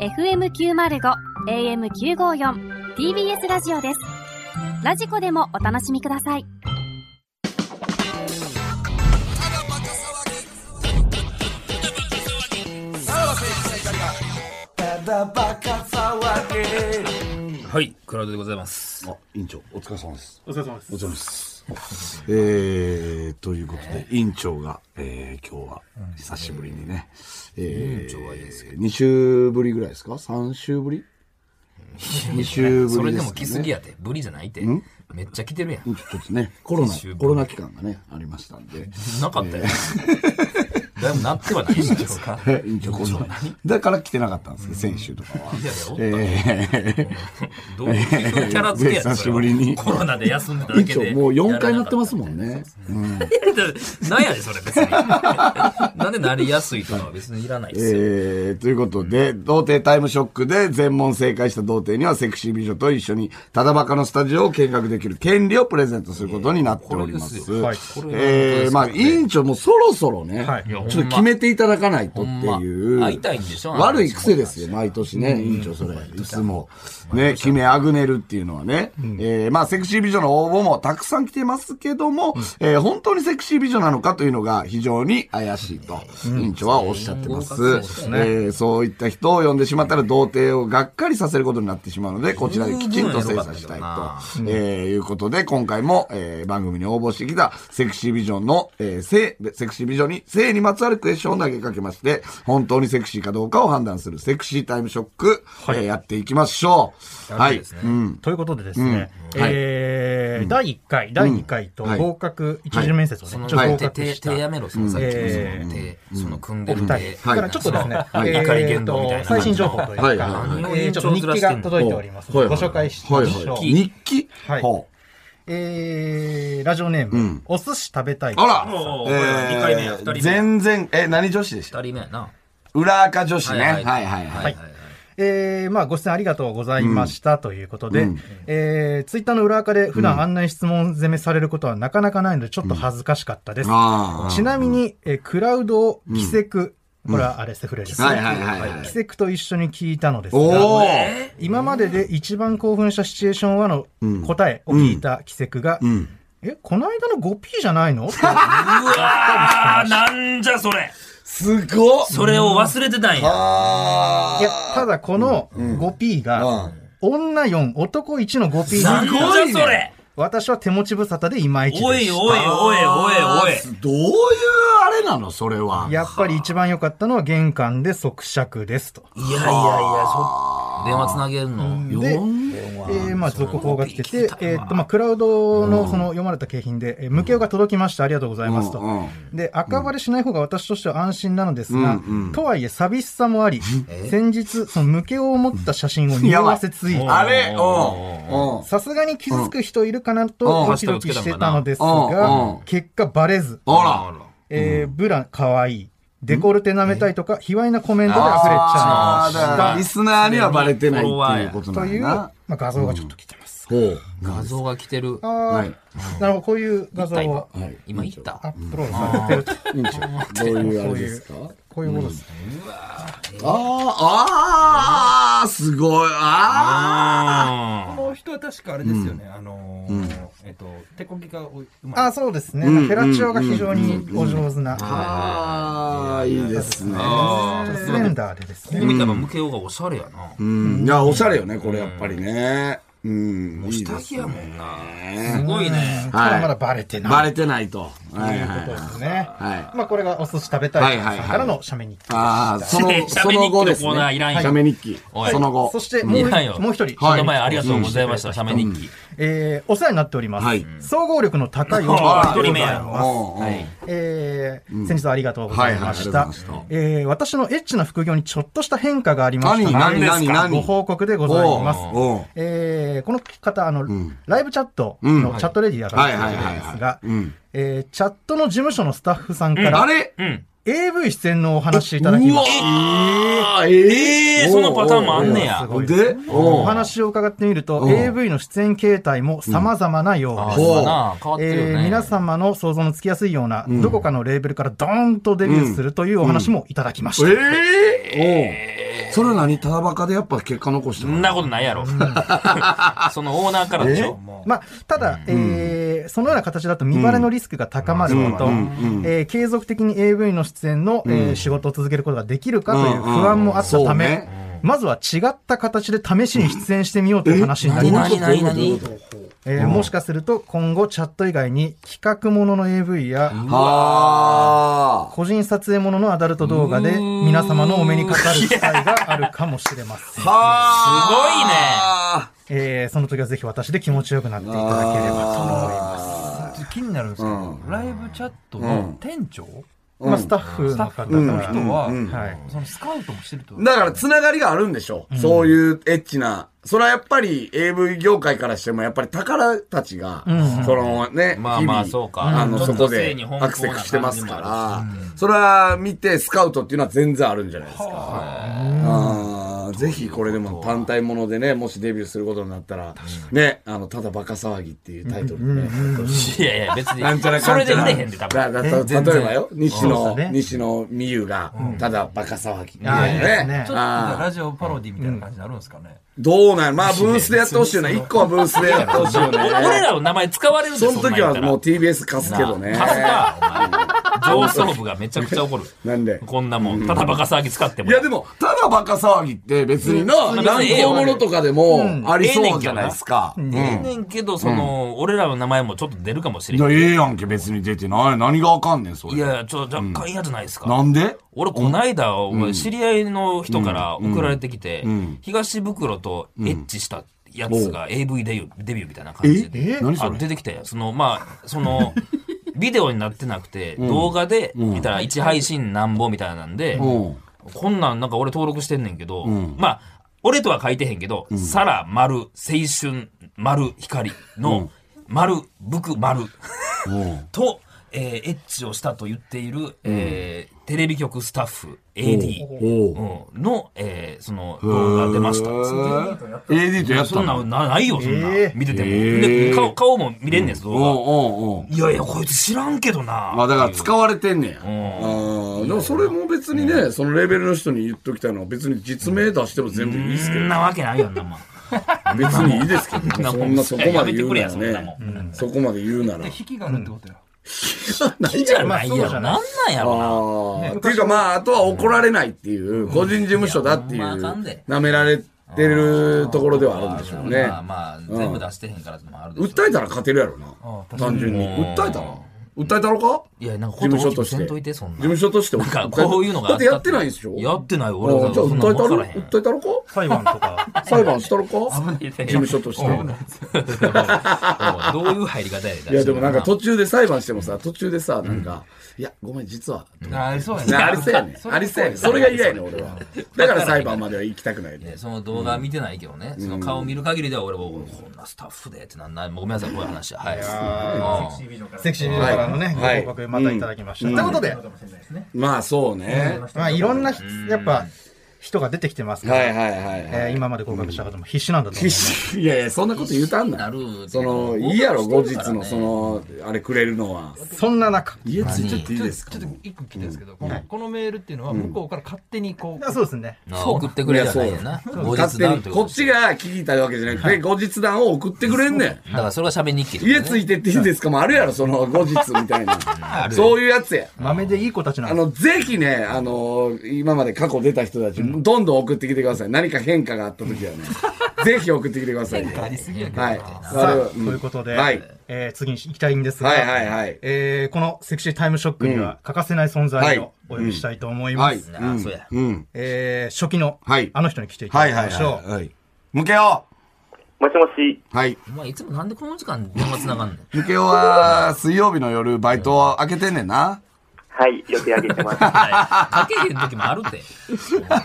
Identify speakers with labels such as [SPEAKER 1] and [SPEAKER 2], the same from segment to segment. [SPEAKER 1] FM905 AM954 TBS ラジオですラジコでもお楽しみください
[SPEAKER 2] はい、クラウドでございます。
[SPEAKER 3] あ、委員長、お疲れ様です。
[SPEAKER 4] お疲れ様です
[SPEAKER 3] お。疲れ様です。えー、ということで、委員長が、えー、今日は、久しぶりにね、えー、2週ぶりぐらいですか ?3 週ぶり2週
[SPEAKER 5] そ
[SPEAKER 3] ぶ
[SPEAKER 5] れ
[SPEAKER 3] り
[SPEAKER 5] で
[SPEAKER 3] です
[SPEAKER 5] も
[SPEAKER 3] か、
[SPEAKER 5] 来
[SPEAKER 3] ね。
[SPEAKER 5] すぎやて。ブリじゃないって。めっちゃ来てるやん。
[SPEAKER 3] うんちょっとね、コロナ
[SPEAKER 5] 二週ぶ、り
[SPEAKER 3] コロナ期間がね、ありましたんで。
[SPEAKER 5] なかったよ。だいぶなってはないんじゃないです か。
[SPEAKER 3] 委員長、こんばんはだから来てなかったんですけど、先週とかは。
[SPEAKER 5] いやいや、おったよ
[SPEAKER 3] えー、
[SPEAKER 5] どういうキャラ付けやねん
[SPEAKER 3] 久しぶりに
[SPEAKER 5] それはコロナで休んでた
[SPEAKER 3] 委
[SPEAKER 5] だ
[SPEAKER 3] 員
[SPEAKER 5] け
[SPEAKER 3] 長
[SPEAKER 5] で。
[SPEAKER 3] もう4回なってますもんね。うん
[SPEAKER 5] やらなかった。なんやねん、それ別に。なんでなりやすいとかは別にいらないですよ。
[SPEAKER 3] えー、ということで、童貞タイムショックで全問正解した童貞にはセクシー美女と一緒に、ただバカのスタジオを見学できる権利をプレゼントすることになっております。
[SPEAKER 5] いや
[SPEAKER 4] はい
[SPEAKER 5] これ
[SPEAKER 3] えー、まあ、委員長もそろそろね、
[SPEAKER 4] はい
[SPEAKER 5] いやほんま
[SPEAKER 3] ちょっと決めていただかないとって
[SPEAKER 5] ほ
[SPEAKER 3] い
[SPEAKER 5] ん
[SPEAKER 3] う。
[SPEAKER 5] ま会いたいんでしょ
[SPEAKER 3] 悪い癖ですよ、毎年ね、委員長それ。いつも。ね、決めあぐねるっていうのはね。えーまあ、セクシー美女の応募もたくさん来てますけども、えー本当にセクシー美女なのかというのが非常に怪しいと、委員長はおっしゃってます。えーそういった人を呼んでしまったら、童貞をがっかりさせることになってしまうので、こちらできちんと精査したいと、えーいうことで、今回も、えー番組に応募してきたセクシービジョンの、えー性、セクシービジョンに性にまつわるクエスチョンを投げかけまして、本当にセクシーかどうかを判断するセクシータイムショック、えーやっていきましょう。はい。うん。
[SPEAKER 4] ということでですね、えー第1回、第2回と
[SPEAKER 3] はい
[SPEAKER 4] 合格、一次面接をね、
[SPEAKER 5] その
[SPEAKER 4] ちょっと合
[SPEAKER 5] 手、
[SPEAKER 4] 格
[SPEAKER 5] 手、
[SPEAKER 4] した。
[SPEAKER 5] 手やめろ、そのさっきのその手、その組んでる手。
[SPEAKER 4] だからちょっとですね、
[SPEAKER 3] い
[SPEAKER 4] えー
[SPEAKER 5] 怒り言動みたいな
[SPEAKER 4] と最新情報というか、
[SPEAKER 3] はいはいはい
[SPEAKER 4] えーちょっと日記が届いておりますので、ご紹介してみましょう。
[SPEAKER 3] はいはい日記
[SPEAKER 4] はい
[SPEAKER 3] ほう
[SPEAKER 4] えーラジオネーム、お寿司食べたい。
[SPEAKER 3] あら
[SPEAKER 5] もう
[SPEAKER 3] えー
[SPEAKER 5] 二回目や二人目
[SPEAKER 3] 全然、え、何女子でした
[SPEAKER 5] 二人目やな。
[SPEAKER 3] 裏垢女子ね。はいはい
[SPEAKER 5] は
[SPEAKER 3] はいい。
[SPEAKER 5] はいはい
[SPEAKER 4] えーまあ、ご出演ありがとうございました、ということで、えーツイッターの裏垢で普段あんなに質問攻めされることはなかなかないので、ちょっと恥ずかしかったです。
[SPEAKER 3] あ
[SPEAKER 4] ちなみに、えークラウドをキセク、これはあれ、セフレです
[SPEAKER 3] あ。。はいはいはいはい。
[SPEAKER 4] キセクと一緒に聞いたのです
[SPEAKER 3] お
[SPEAKER 4] が、
[SPEAKER 3] ー
[SPEAKER 4] 今までで一番興奮したシチュエーションはの答えを聞いたキセクが、え、この間の 5P じゃないのって
[SPEAKER 5] うわー、なんじゃそれ。
[SPEAKER 3] すごっ
[SPEAKER 5] それを忘れてたんや。
[SPEAKER 3] あ
[SPEAKER 4] いや、ただこの 5P が、女4、男1の 5P
[SPEAKER 5] なん
[SPEAKER 4] が、
[SPEAKER 5] じゃそれ。
[SPEAKER 4] 私は手持ち無沙汰でいまいち
[SPEAKER 5] お
[SPEAKER 4] で
[SPEAKER 5] い
[SPEAKER 4] した。
[SPEAKER 5] おいおいおいおい。
[SPEAKER 3] ーどういうあれなのそれは。
[SPEAKER 4] やっぱり一番良かったのは玄関で即尺ですと。
[SPEAKER 5] いやいやいや、そ、電話つなげるの。
[SPEAKER 4] で、え
[SPEAKER 3] 4
[SPEAKER 4] ーまあ、続報が来てて
[SPEAKER 5] そ、れ
[SPEAKER 4] えーっと、まあ、クラウドのその読まれた景品で、えー、無形が届きました、ありがとうございますと。
[SPEAKER 3] うんうん
[SPEAKER 4] で、赤バレしない方が私としては安心なのですが、とはいえ寂しさもあり、先日、その無形を持った写真を匂わせツイート。
[SPEAKER 3] あれうん。うん
[SPEAKER 4] さすがに気づく人いるかなと
[SPEAKER 3] うん
[SPEAKER 4] ドキドキしてたのです
[SPEAKER 3] うんう
[SPEAKER 4] が
[SPEAKER 3] ん、
[SPEAKER 4] 結果バレず、
[SPEAKER 3] あら。
[SPEAKER 4] えーブラ可愛い、デコルテ舐めたいとか、卑猥なコメントで溢れちゃ
[SPEAKER 3] あ
[SPEAKER 4] い
[SPEAKER 3] ー
[SPEAKER 4] ま
[SPEAKER 3] だからリ
[SPEAKER 4] し
[SPEAKER 3] スナーにはバレてないっていうこと
[SPEAKER 4] た。
[SPEAKER 3] な
[SPEAKER 4] と
[SPEAKER 3] ん
[SPEAKER 4] い
[SPEAKER 3] だ
[SPEAKER 4] う、ま
[SPEAKER 3] な。
[SPEAKER 4] あ、画像がちょっと来てます。
[SPEAKER 3] ほう。
[SPEAKER 5] 画像が来てる。
[SPEAKER 4] あ
[SPEAKER 3] は
[SPEAKER 4] ー
[SPEAKER 3] い。
[SPEAKER 4] なるほど、こういう画像は
[SPEAKER 3] はい。
[SPEAKER 5] 今行った
[SPEAKER 4] ア。ップロードされてると。
[SPEAKER 3] 委員長、どういうあれですか
[SPEAKER 4] こういうことですね。
[SPEAKER 3] あー、あー、すごい。あ
[SPEAKER 5] あ
[SPEAKER 6] この人は確かあれですよね、あのーえっと手こぎがおうまい
[SPEAKER 4] あーそうですね。フェラチオが非常にお上手な。
[SPEAKER 3] ー。あー、いいですね。
[SPEAKER 5] あー。
[SPEAKER 4] スレンダーでです
[SPEAKER 5] こ
[SPEAKER 4] ね。
[SPEAKER 5] う見たら、ムケオがおしゃれやな。
[SPEAKER 3] うん。いや、おしゃれよね、これやっぱりね。うん。いい
[SPEAKER 5] 下
[SPEAKER 3] です
[SPEAKER 5] 着やもんな。
[SPEAKER 3] ね
[SPEAKER 5] す。ごいね。、
[SPEAKER 4] ただまだバレて
[SPEAKER 3] バ
[SPEAKER 4] ない。
[SPEAKER 3] レてないと。はいはい
[SPEAKER 4] ということ
[SPEAKER 3] はい。
[SPEAKER 4] ですね。
[SPEAKER 3] はい
[SPEAKER 4] まあ、これがお寿司食べたい
[SPEAKER 3] はいはいは
[SPEAKER 4] さん
[SPEAKER 3] い
[SPEAKER 4] からの写メに。
[SPEAKER 3] ああ、そのその後ですね。
[SPEAKER 5] 喋日記のコーナーいらんよ
[SPEAKER 3] 写メ日記
[SPEAKER 5] おい。
[SPEAKER 3] その後。
[SPEAKER 4] そして、もう
[SPEAKER 5] いらんよ
[SPEAKER 4] 一もう一人。
[SPEAKER 5] この前ありがとうございました、写メ日記。
[SPEAKER 4] えーお世話になっております。
[SPEAKER 3] はい
[SPEAKER 4] 総合力の高い男
[SPEAKER 3] あー
[SPEAKER 4] でございます。
[SPEAKER 3] はい。
[SPEAKER 4] えー先日はありがとうございました。
[SPEAKER 3] はいはいありがとうございました
[SPEAKER 4] えー私のエッチな副業にちょっとした変化がありました
[SPEAKER 3] 何何
[SPEAKER 4] が
[SPEAKER 3] 何何
[SPEAKER 4] ご報告でございます。
[SPEAKER 3] おう
[SPEAKER 4] えーこの方、あの、ライブチャットのチャットレディーだからしてるんですが
[SPEAKER 3] はいはいはいはいうん、
[SPEAKER 4] えーチャットの事務所のスタッフさんか
[SPEAKER 3] あ
[SPEAKER 4] ら、
[SPEAKER 3] れ
[SPEAKER 4] AV 出演のお話いただ
[SPEAKER 3] う
[SPEAKER 4] きま
[SPEAKER 3] わ
[SPEAKER 4] し
[SPEAKER 3] えー
[SPEAKER 5] えーそのパターンもあんねや
[SPEAKER 4] た。す
[SPEAKER 3] おうお
[SPEAKER 4] ご
[SPEAKER 3] う
[SPEAKER 4] い
[SPEAKER 3] で、お
[SPEAKER 4] お話を伺ってみると、AV の出演形態も様々なようです。
[SPEAKER 5] そうだな、変わってるよ
[SPEAKER 4] え
[SPEAKER 5] ね。
[SPEAKER 4] ー皆様の想像のつきやすいような、どこかのレーベルからドーンとデビューするというお話もいただきました。
[SPEAKER 3] えそれは何ただバカでやっぱ結果残して
[SPEAKER 5] そんなことないやろ。 そのオーナーからでしょ。
[SPEAKER 4] まあ、ただ、えーそのような形だと見バレのリスクが高まることと、えー継続的に AV の出演の、えー仕事を続けることができるかという不安もあった
[SPEAKER 3] うんうんそ
[SPEAKER 4] た
[SPEAKER 3] う
[SPEAKER 4] め、
[SPEAKER 3] ね
[SPEAKER 4] まずは違った形で試しに出演してみようという話になりました。
[SPEAKER 5] 何何
[SPEAKER 4] えーもしかすると今後チャット以外に企画ものの AV や
[SPEAKER 3] はあ。
[SPEAKER 4] 個人撮影もののアダルト動画で皆様のお目にかかる機会があるかもしれません。
[SPEAKER 5] は
[SPEAKER 4] えーその時はぜひ私で気持ちよくなっていただければと思います。
[SPEAKER 6] 気になるんですけど、ライブチャットの店長、
[SPEAKER 4] まあ、スタッフ
[SPEAKER 6] スタッ
[SPEAKER 4] の方
[SPEAKER 6] フの
[SPEAKER 4] が、
[SPEAKER 6] 人は、
[SPEAKER 4] はい。
[SPEAKER 6] そのスカウトもしてるってこと
[SPEAKER 3] だから、つながりがあるんでしょ。そういうエッチな。それはやっぱり AV 業界からしても、やっぱり宝たちが、そのね、
[SPEAKER 5] まあまあ
[SPEAKER 3] 日々
[SPEAKER 5] そうか
[SPEAKER 3] あの、
[SPEAKER 5] ちょ
[SPEAKER 3] そ
[SPEAKER 5] っ
[SPEAKER 3] こと
[SPEAKER 5] 性
[SPEAKER 3] で
[SPEAKER 5] に奔放な
[SPEAKER 3] アクセスしてますから、それは見てスカウトっていうのは全然あるんじゃないですか。あーぜひこれでも単体ものでね、もしデビューすることになったら、ね、あの、ただバカ騒ぎっていうタイトルでね、
[SPEAKER 5] いね。いやいや、別
[SPEAKER 3] なんちゃら
[SPEAKER 5] に。そ
[SPEAKER 3] かん
[SPEAKER 5] れ
[SPEAKER 3] ち
[SPEAKER 5] で
[SPEAKER 3] ゃら。
[SPEAKER 5] 売れへんで、多
[SPEAKER 3] だ
[SPEAKER 5] 分。
[SPEAKER 3] だと
[SPEAKER 6] 全然
[SPEAKER 3] 例えばよ、西
[SPEAKER 4] そ
[SPEAKER 3] 野、
[SPEAKER 4] うですね
[SPEAKER 3] 西野美優が、ただバカ騒ぎみ
[SPEAKER 4] ああ、
[SPEAKER 3] た
[SPEAKER 4] い
[SPEAKER 3] い
[SPEAKER 4] い
[SPEAKER 3] な
[SPEAKER 4] です
[SPEAKER 3] ね。
[SPEAKER 4] ね
[SPEAKER 6] ちょ。っとラジオパロディみたいな感じになるんですかね。
[SPEAKER 3] どうなんまあ、ブースでやってほしいよね。一個はブースでやってほしい よね。
[SPEAKER 5] 俺らの名前使われる
[SPEAKER 3] その時はもう
[SPEAKER 5] う
[SPEAKER 3] TBS 貸すけどね。
[SPEAKER 5] 貸 すか、お前。上層部がめちゃくちゃ怒る。
[SPEAKER 3] なんで。
[SPEAKER 5] こんなもん、ただバカ騒ぎ使っても。
[SPEAKER 3] いやでも、ただバカ騒ぎって別にな、
[SPEAKER 5] うん
[SPEAKER 3] 乱行ものとかでもありそうじゃないですか。
[SPEAKER 5] ええねんけど、その、俺らの名前もちょっと出るかもしれ
[SPEAKER 3] い
[SPEAKER 5] ん。
[SPEAKER 3] や、ええやんけ、別に出てない。何があかんねん、そ
[SPEAKER 5] い
[SPEAKER 3] れ。
[SPEAKER 5] や、ちょっと若干嫌じゃないですか。
[SPEAKER 3] なんで
[SPEAKER 5] 俺、こないだ、お前、知り合いの人から送られてきて、東袋とエッチしたやつが AV デビューデビューみたいな感じ
[SPEAKER 3] ええ
[SPEAKER 5] で、
[SPEAKER 3] 何そ
[SPEAKER 5] あ
[SPEAKER 3] れ
[SPEAKER 5] 出てきて、その、まあ、その、ビデオになってなくて、動画で、見たら一配信なんぼみたいなんで、
[SPEAKER 3] うん。
[SPEAKER 5] こんなんなんか俺登録してんねんけど、まあ、俺とは書いてへんけど、サラ、丸、青春、丸、光の、丸、ブク、丸。と、えーエッチをしたと言っている、えーテレビ局スタッフ、AD、うんの、えーその、動画出ましたっつって。
[SPEAKER 3] AD とやった
[SPEAKER 5] そんな
[SPEAKER 3] の
[SPEAKER 5] んなないよ、そんなん、
[SPEAKER 4] えー
[SPEAKER 5] 見てても、
[SPEAKER 3] えー
[SPEAKER 5] で顔。顔も見れんねん、その
[SPEAKER 3] うんう
[SPEAKER 5] 動
[SPEAKER 3] んうん。
[SPEAKER 5] 画。いやいや、こいつ知らんけどな。
[SPEAKER 3] まあだから使われてんねや。あ
[SPEAKER 5] ん
[SPEAKER 3] ーでもそれも別にね、そのレベルの人に言っときたいのは別に実名出しても全部いいです
[SPEAKER 5] そ
[SPEAKER 3] けど
[SPEAKER 5] ん、なわけないよ、あんなもん。
[SPEAKER 3] 別にいいですけどね、
[SPEAKER 5] な
[SPEAKER 3] そ
[SPEAKER 5] もん
[SPEAKER 3] んなそこまで言うな
[SPEAKER 5] やめてくれや
[SPEAKER 3] ら
[SPEAKER 5] そんな
[SPEAKER 3] ね、そこまで言うな ら。
[SPEAKER 6] 引きがあるってことや。
[SPEAKER 5] いいじゃないやろ。なんなんやろな。
[SPEAKER 3] ああっていうかまあ、あとは怒られないっていう、個人事務所だってい、
[SPEAKER 5] いうやほんまあかんで
[SPEAKER 3] 舐められてるところではあるんでしょうね。
[SPEAKER 5] まあまあ、全部出してへんからってのもあるでしょうけど
[SPEAKER 3] 訴えたら勝てるやろ
[SPEAKER 6] あ
[SPEAKER 3] な。
[SPEAKER 6] あ
[SPEAKER 3] 単純に。訴えたら訴えたろか
[SPEAKER 5] いや、なんか
[SPEAKER 3] 事
[SPEAKER 5] 事
[SPEAKER 3] 務所
[SPEAKER 5] 務所と
[SPEAKER 3] と
[SPEAKER 5] し
[SPEAKER 3] して
[SPEAKER 5] て。。
[SPEAKER 3] 事
[SPEAKER 5] そんな
[SPEAKER 3] 務所として
[SPEAKER 5] なんか
[SPEAKER 3] 訴えた
[SPEAKER 5] こういうのがあ
[SPEAKER 3] だっ
[SPEAKER 5] っ
[SPEAKER 3] たて
[SPEAKER 5] って
[SPEAKER 3] やってないんでしょ
[SPEAKER 5] やってないよ俺
[SPEAKER 3] ああ
[SPEAKER 5] は
[SPEAKER 3] じゃあ
[SPEAKER 5] そんな
[SPEAKER 3] 訴
[SPEAKER 5] も
[SPEAKER 3] えたろ
[SPEAKER 5] ん分からへん
[SPEAKER 3] 訴えたろか
[SPEAKER 4] 裁判と か、
[SPEAKER 3] 裁判したろか事務所として。
[SPEAKER 5] どういう入り方やね
[SPEAKER 3] いや、でもなんか途中で裁判してもさ、途中でさ、なんか、いや、ごめん、実は。
[SPEAKER 6] あありそうや
[SPEAKER 3] ね
[SPEAKER 6] ね。
[SPEAKER 3] ありそうやね
[SPEAKER 6] そ
[SPEAKER 3] ん。ありそうやねん。それが嫌やねん、俺は。だから裁判までは行きたくないね
[SPEAKER 5] ね。その動画見てないけどね、その顔見る限りでは俺も、こんなスタッフでってなんない。ごめんなさい、こういう話。はい。うん
[SPEAKER 4] セクシービデオからのね、
[SPEAKER 3] はい
[SPEAKER 4] ご報告またいただきました。ということで、
[SPEAKER 3] まあ、そうね。
[SPEAKER 4] まあ、いろんなひ、やっぱ、人が出てきてますか
[SPEAKER 3] はい
[SPEAKER 4] ら、
[SPEAKER 3] はいはいはい。
[SPEAKER 4] えー今まで合格した方も必死なんだと思い
[SPEAKER 3] 必
[SPEAKER 4] ます。
[SPEAKER 3] 死いやいや、そんなこと言うたん
[SPEAKER 5] な
[SPEAKER 3] な
[SPEAKER 5] る
[SPEAKER 3] い。
[SPEAKER 5] けど
[SPEAKER 3] その、いいやろ、後日の、そ
[SPEAKER 5] ね
[SPEAKER 3] の、あれくれるのは。
[SPEAKER 4] そんな中、
[SPEAKER 3] 家ついちゃっていい
[SPEAKER 6] ちょ
[SPEAKER 3] ですか
[SPEAKER 6] っと一個聞いたんですけど、このこのメールっていうのは向こうから勝手にこう、
[SPEAKER 4] あそうですね。
[SPEAKER 5] あ送ってくれじゃないよな。後
[SPEAKER 3] 勝
[SPEAKER 5] 日
[SPEAKER 3] 手
[SPEAKER 5] 談
[SPEAKER 3] に、
[SPEAKER 5] という
[SPEAKER 3] こ
[SPEAKER 5] と
[SPEAKER 3] っ
[SPEAKER 5] で
[SPEAKER 3] ちが聞きたいわけじゃなくて、後日談を送ってくれんねん。
[SPEAKER 5] だからそれは喋り日記ですね。
[SPEAKER 3] 家ついてっていいですかもあるやろ、そ の、後日みたいな。そういうやつや。
[SPEAKER 4] 豆でいい子たちな
[SPEAKER 3] あ
[SPEAKER 4] んで
[SPEAKER 3] の、ぜひね、あの今まで過去出た人たち、どんどん送ってきてください。何か変化があった時は ね。ぜひ送ってきてくださいね。はい。
[SPEAKER 4] す。さあ、
[SPEAKER 3] 我々
[SPEAKER 4] ということで、
[SPEAKER 3] はい。
[SPEAKER 4] えー次に行きたいんですが、
[SPEAKER 3] はいはいはい
[SPEAKER 4] えーこのセクシータイムショックには欠かせない存在をお呼びしたいと思います。
[SPEAKER 3] うん
[SPEAKER 5] あそうや。
[SPEAKER 3] うん。
[SPEAKER 4] えー初期の、
[SPEAKER 3] はい
[SPEAKER 4] あの人に来ていただきましょう。
[SPEAKER 3] い。向けよ
[SPEAKER 7] もしもし、
[SPEAKER 3] うはい。
[SPEAKER 5] お前いつもなんでこの時間電話繋がんねん。
[SPEAKER 3] 向けようは、水曜日の夜、バイトを開けてんねんな。
[SPEAKER 7] はい、よくやげてます。
[SPEAKER 5] かけへん時もあるて。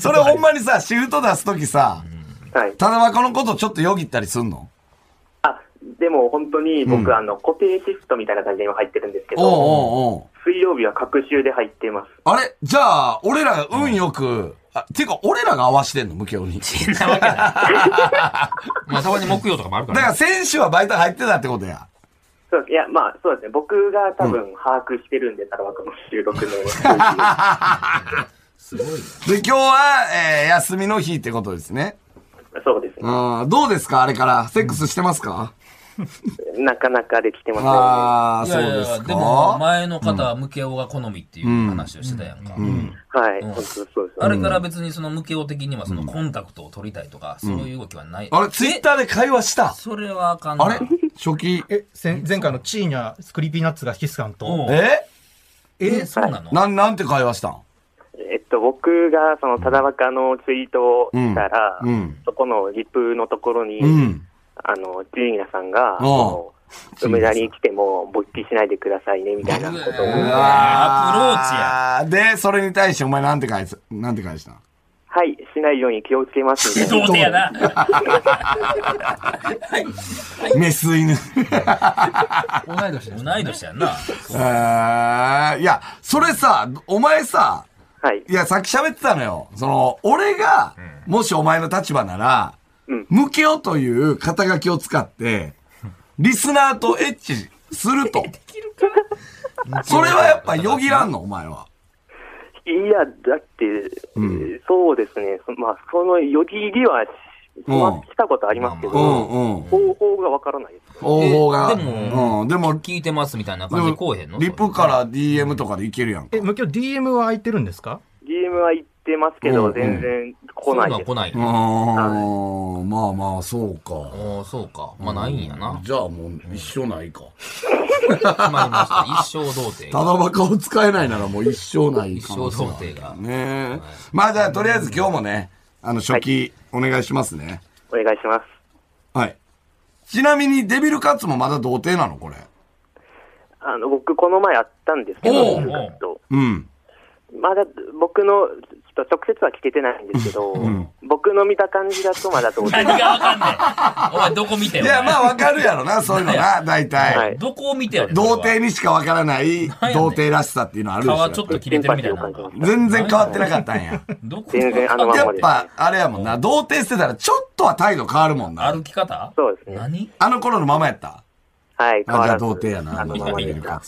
[SPEAKER 3] それほんまにさ、シフト出す時さ、
[SPEAKER 7] はい。
[SPEAKER 3] ただ若のことちょっとよぎったりすんの
[SPEAKER 7] あ、でも本当に僕、
[SPEAKER 3] うん
[SPEAKER 7] あの、固定シフトみたいな感じで今入ってるんですけ
[SPEAKER 3] おう
[SPEAKER 7] ど、
[SPEAKER 3] おうおう
[SPEAKER 7] 水曜日は隔週で入っています。
[SPEAKER 3] あれじゃあ、俺らが運よく、あ、ていうか、俺らが合わしてんの、向けように。
[SPEAKER 5] そんなわけない。まあたまに木曜とかもあるか
[SPEAKER 3] だから
[SPEAKER 5] ね。
[SPEAKER 3] ら選手はバイト入ってたってことや。
[SPEAKER 7] そうですいや、まあ、そうですね。 僕が多分把握してるんで、ただ枠の収録の。
[SPEAKER 3] で、今日は、えー休みの日ってことですね。
[SPEAKER 7] そうですね。
[SPEAKER 3] うん、どうですかあれから。セックスしてますか、
[SPEAKER 7] なかなかできてま
[SPEAKER 3] ああ、
[SPEAKER 5] い
[SPEAKER 3] そ
[SPEAKER 5] やいうや
[SPEAKER 3] で
[SPEAKER 5] い
[SPEAKER 3] す
[SPEAKER 5] や、
[SPEAKER 3] か。
[SPEAKER 5] でも、前の方は、ムケオが好みっていう話をしてたやんか。
[SPEAKER 7] せんね。はい。
[SPEAKER 5] うん
[SPEAKER 7] 本当そうです。
[SPEAKER 5] あれから別にそのムケオ的には、そのコンタクトを取りたいとか、そういう動きはない。
[SPEAKER 3] あれ、ツイッターで会話した。
[SPEAKER 5] それはあかんな
[SPEAKER 3] あれ初期。
[SPEAKER 4] え、せん前回のチーニャ、スクリーピーナッツがヒスさんと、
[SPEAKER 5] おう
[SPEAKER 3] え
[SPEAKER 5] え、そうなの
[SPEAKER 3] なん、なんて会話したん
[SPEAKER 7] えっと、僕が、その、ただバカのツイートをしたら、
[SPEAKER 3] うんうん
[SPEAKER 7] そこのリプのところに、
[SPEAKER 3] うん。
[SPEAKER 7] あの、ジュニアさんが、
[SPEAKER 3] う
[SPEAKER 7] あ
[SPEAKER 3] ん
[SPEAKER 7] の梅田に来ても勃起しないでくださいね、みたいなことを。
[SPEAKER 5] うわ
[SPEAKER 3] アプローチや。で、それに対してお前なんて返す、なんて返したん
[SPEAKER 7] はい、しないように気をつけますみた
[SPEAKER 5] 童
[SPEAKER 7] いな。
[SPEAKER 5] 貞やな。
[SPEAKER 3] メス 犬。
[SPEAKER 6] 同い年です。
[SPEAKER 5] 同い年やんな。
[SPEAKER 3] えーいや、それさ、お前さ、
[SPEAKER 7] はい。
[SPEAKER 3] いや、さっき喋ってたのよ。その、俺が、もしお前の立場なら、
[SPEAKER 7] うん
[SPEAKER 3] ムケオという肩書きを使って、リスナーとエッチすると。それはやっぱよぎらんの、お前は。
[SPEAKER 7] いや、だって、そうですね。そまあ、そのよぎりはし、
[SPEAKER 3] うん
[SPEAKER 7] まあしたことありますけ
[SPEAKER 3] う
[SPEAKER 7] ど、
[SPEAKER 3] んうん。
[SPEAKER 7] 方法がわからないです。
[SPEAKER 3] 方法が。
[SPEAKER 5] えでも
[SPEAKER 3] うん、でも、
[SPEAKER 5] 聞いてますみたいな
[SPEAKER 3] で
[SPEAKER 5] 感じでこうへん
[SPEAKER 3] も
[SPEAKER 5] の
[SPEAKER 3] リプから DM とかでいけるやんか。
[SPEAKER 4] え、向き DM は空いてるんですか
[SPEAKER 7] DM は言ってますけ
[SPEAKER 3] う
[SPEAKER 7] ど、
[SPEAKER 3] ん
[SPEAKER 7] 全然来
[SPEAKER 5] そう
[SPEAKER 7] な
[SPEAKER 5] いうの
[SPEAKER 7] い
[SPEAKER 5] は
[SPEAKER 7] です
[SPEAKER 5] 来。ない
[SPEAKER 3] あ
[SPEAKER 5] の。
[SPEAKER 3] ー、まあまあ、そうか。
[SPEAKER 5] おーそうか。まあ、ないんやな。
[SPEAKER 3] じゃあもう一生ないか。
[SPEAKER 5] 決まりました。一生童貞
[SPEAKER 3] た
[SPEAKER 5] が。
[SPEAKER 3] だバカを使えないならもう一生ない
[SPEAKER 5] 一
[SPEAKER 3] 可
[SPEAKER 5] 生
[SPEAKER 3] 能
[SPEAKER 5] 童
[SPEAKER 3] 性が
[SPEAKER 5] 貞が。
[SPEAKER 3] ねえ。まあじゃあ、とりあえず今日もね、あの、初期、お願いしますね。
[SPEAKER 7] お願いします。
[SPEAKER 3] はい。ちなみに、デビルカッツもまだ童貞なのこれ。
[SPEAKER 7] あの、僕、この前あったんですけ
[SPEAKER 5] お
[SPEAKER 7] ど、
[SPEAKER 5] う
[SPEAKER 7] ちょっと
[SPEAKER 3] うん。
[SPEAKER 7] まだ、僕の、ちょっと直接は聞けてないんですけど、僕の見た感じだとまだどうで
[SPEAKER 5] 何
[SPEAKER 7] も
[SPEAKER 5] がわかんねん。お前、どこ見て
[SPEAKER 3] い
[SPEAKER 5] ん
[SPEAKER 3] や、まあわかるやろな、そういうのな、大
[SPEAKER 7] は
[SPEAKER 3] 体。
[SPEAKER 7] い
[SPEAKER 5] どこを見てんの
[SPEAKER 3] 童貞にしかわからない
[SPEAKER 5] やねん
[SPEAKER 3] 童貞らしさっていうのはある
[SPEAKER 5] 皮ち
[SPEAKER 3] でしょ。や
[SPEAKER 5] ょ
[SPEAKER 3] っ
[SPEAKER 5] っ
[SPEAKER 3] ぱり
[SPEAKER 5] と切れてるみたいなのが。
[SPEAKER 3] 全然変わってなかったんや。
[SPEAKER 5] どこ
[SPEAKER 7] 全然あのまん
[SPEAKER 3] や
[SPEAKER 7] ま
[SPEAKER 3] っ
[SPEAKER 7] です。
[SPEAKER 3] ぱ、あれやもんな、童貞してたらちょっとは態度変わるもんな。
[SPEAKER 5] 歩き方
[SPEAKER 7] そうですね
[SPEAKER 5] 何
[SPEAKER 3] あの頃のままやった。
[SPEAKER 7] はい、変
[SPEAKER 3] あ、
[SPEAKER 7] わ
[SPEAKER 3] じゃあ
[SPEAKER 7] らず。
[SPEAKER 3] 童貞やな、
[SPEAKER 7] あの
[SPEAKER 3] ま
[SPEAKER 7] まま
[SPEAKER 3] ま
[SPEAKER 7] で
[SPEAKER 3] でる
[SPEAKER 7] す。
[SPEAKER 3] か。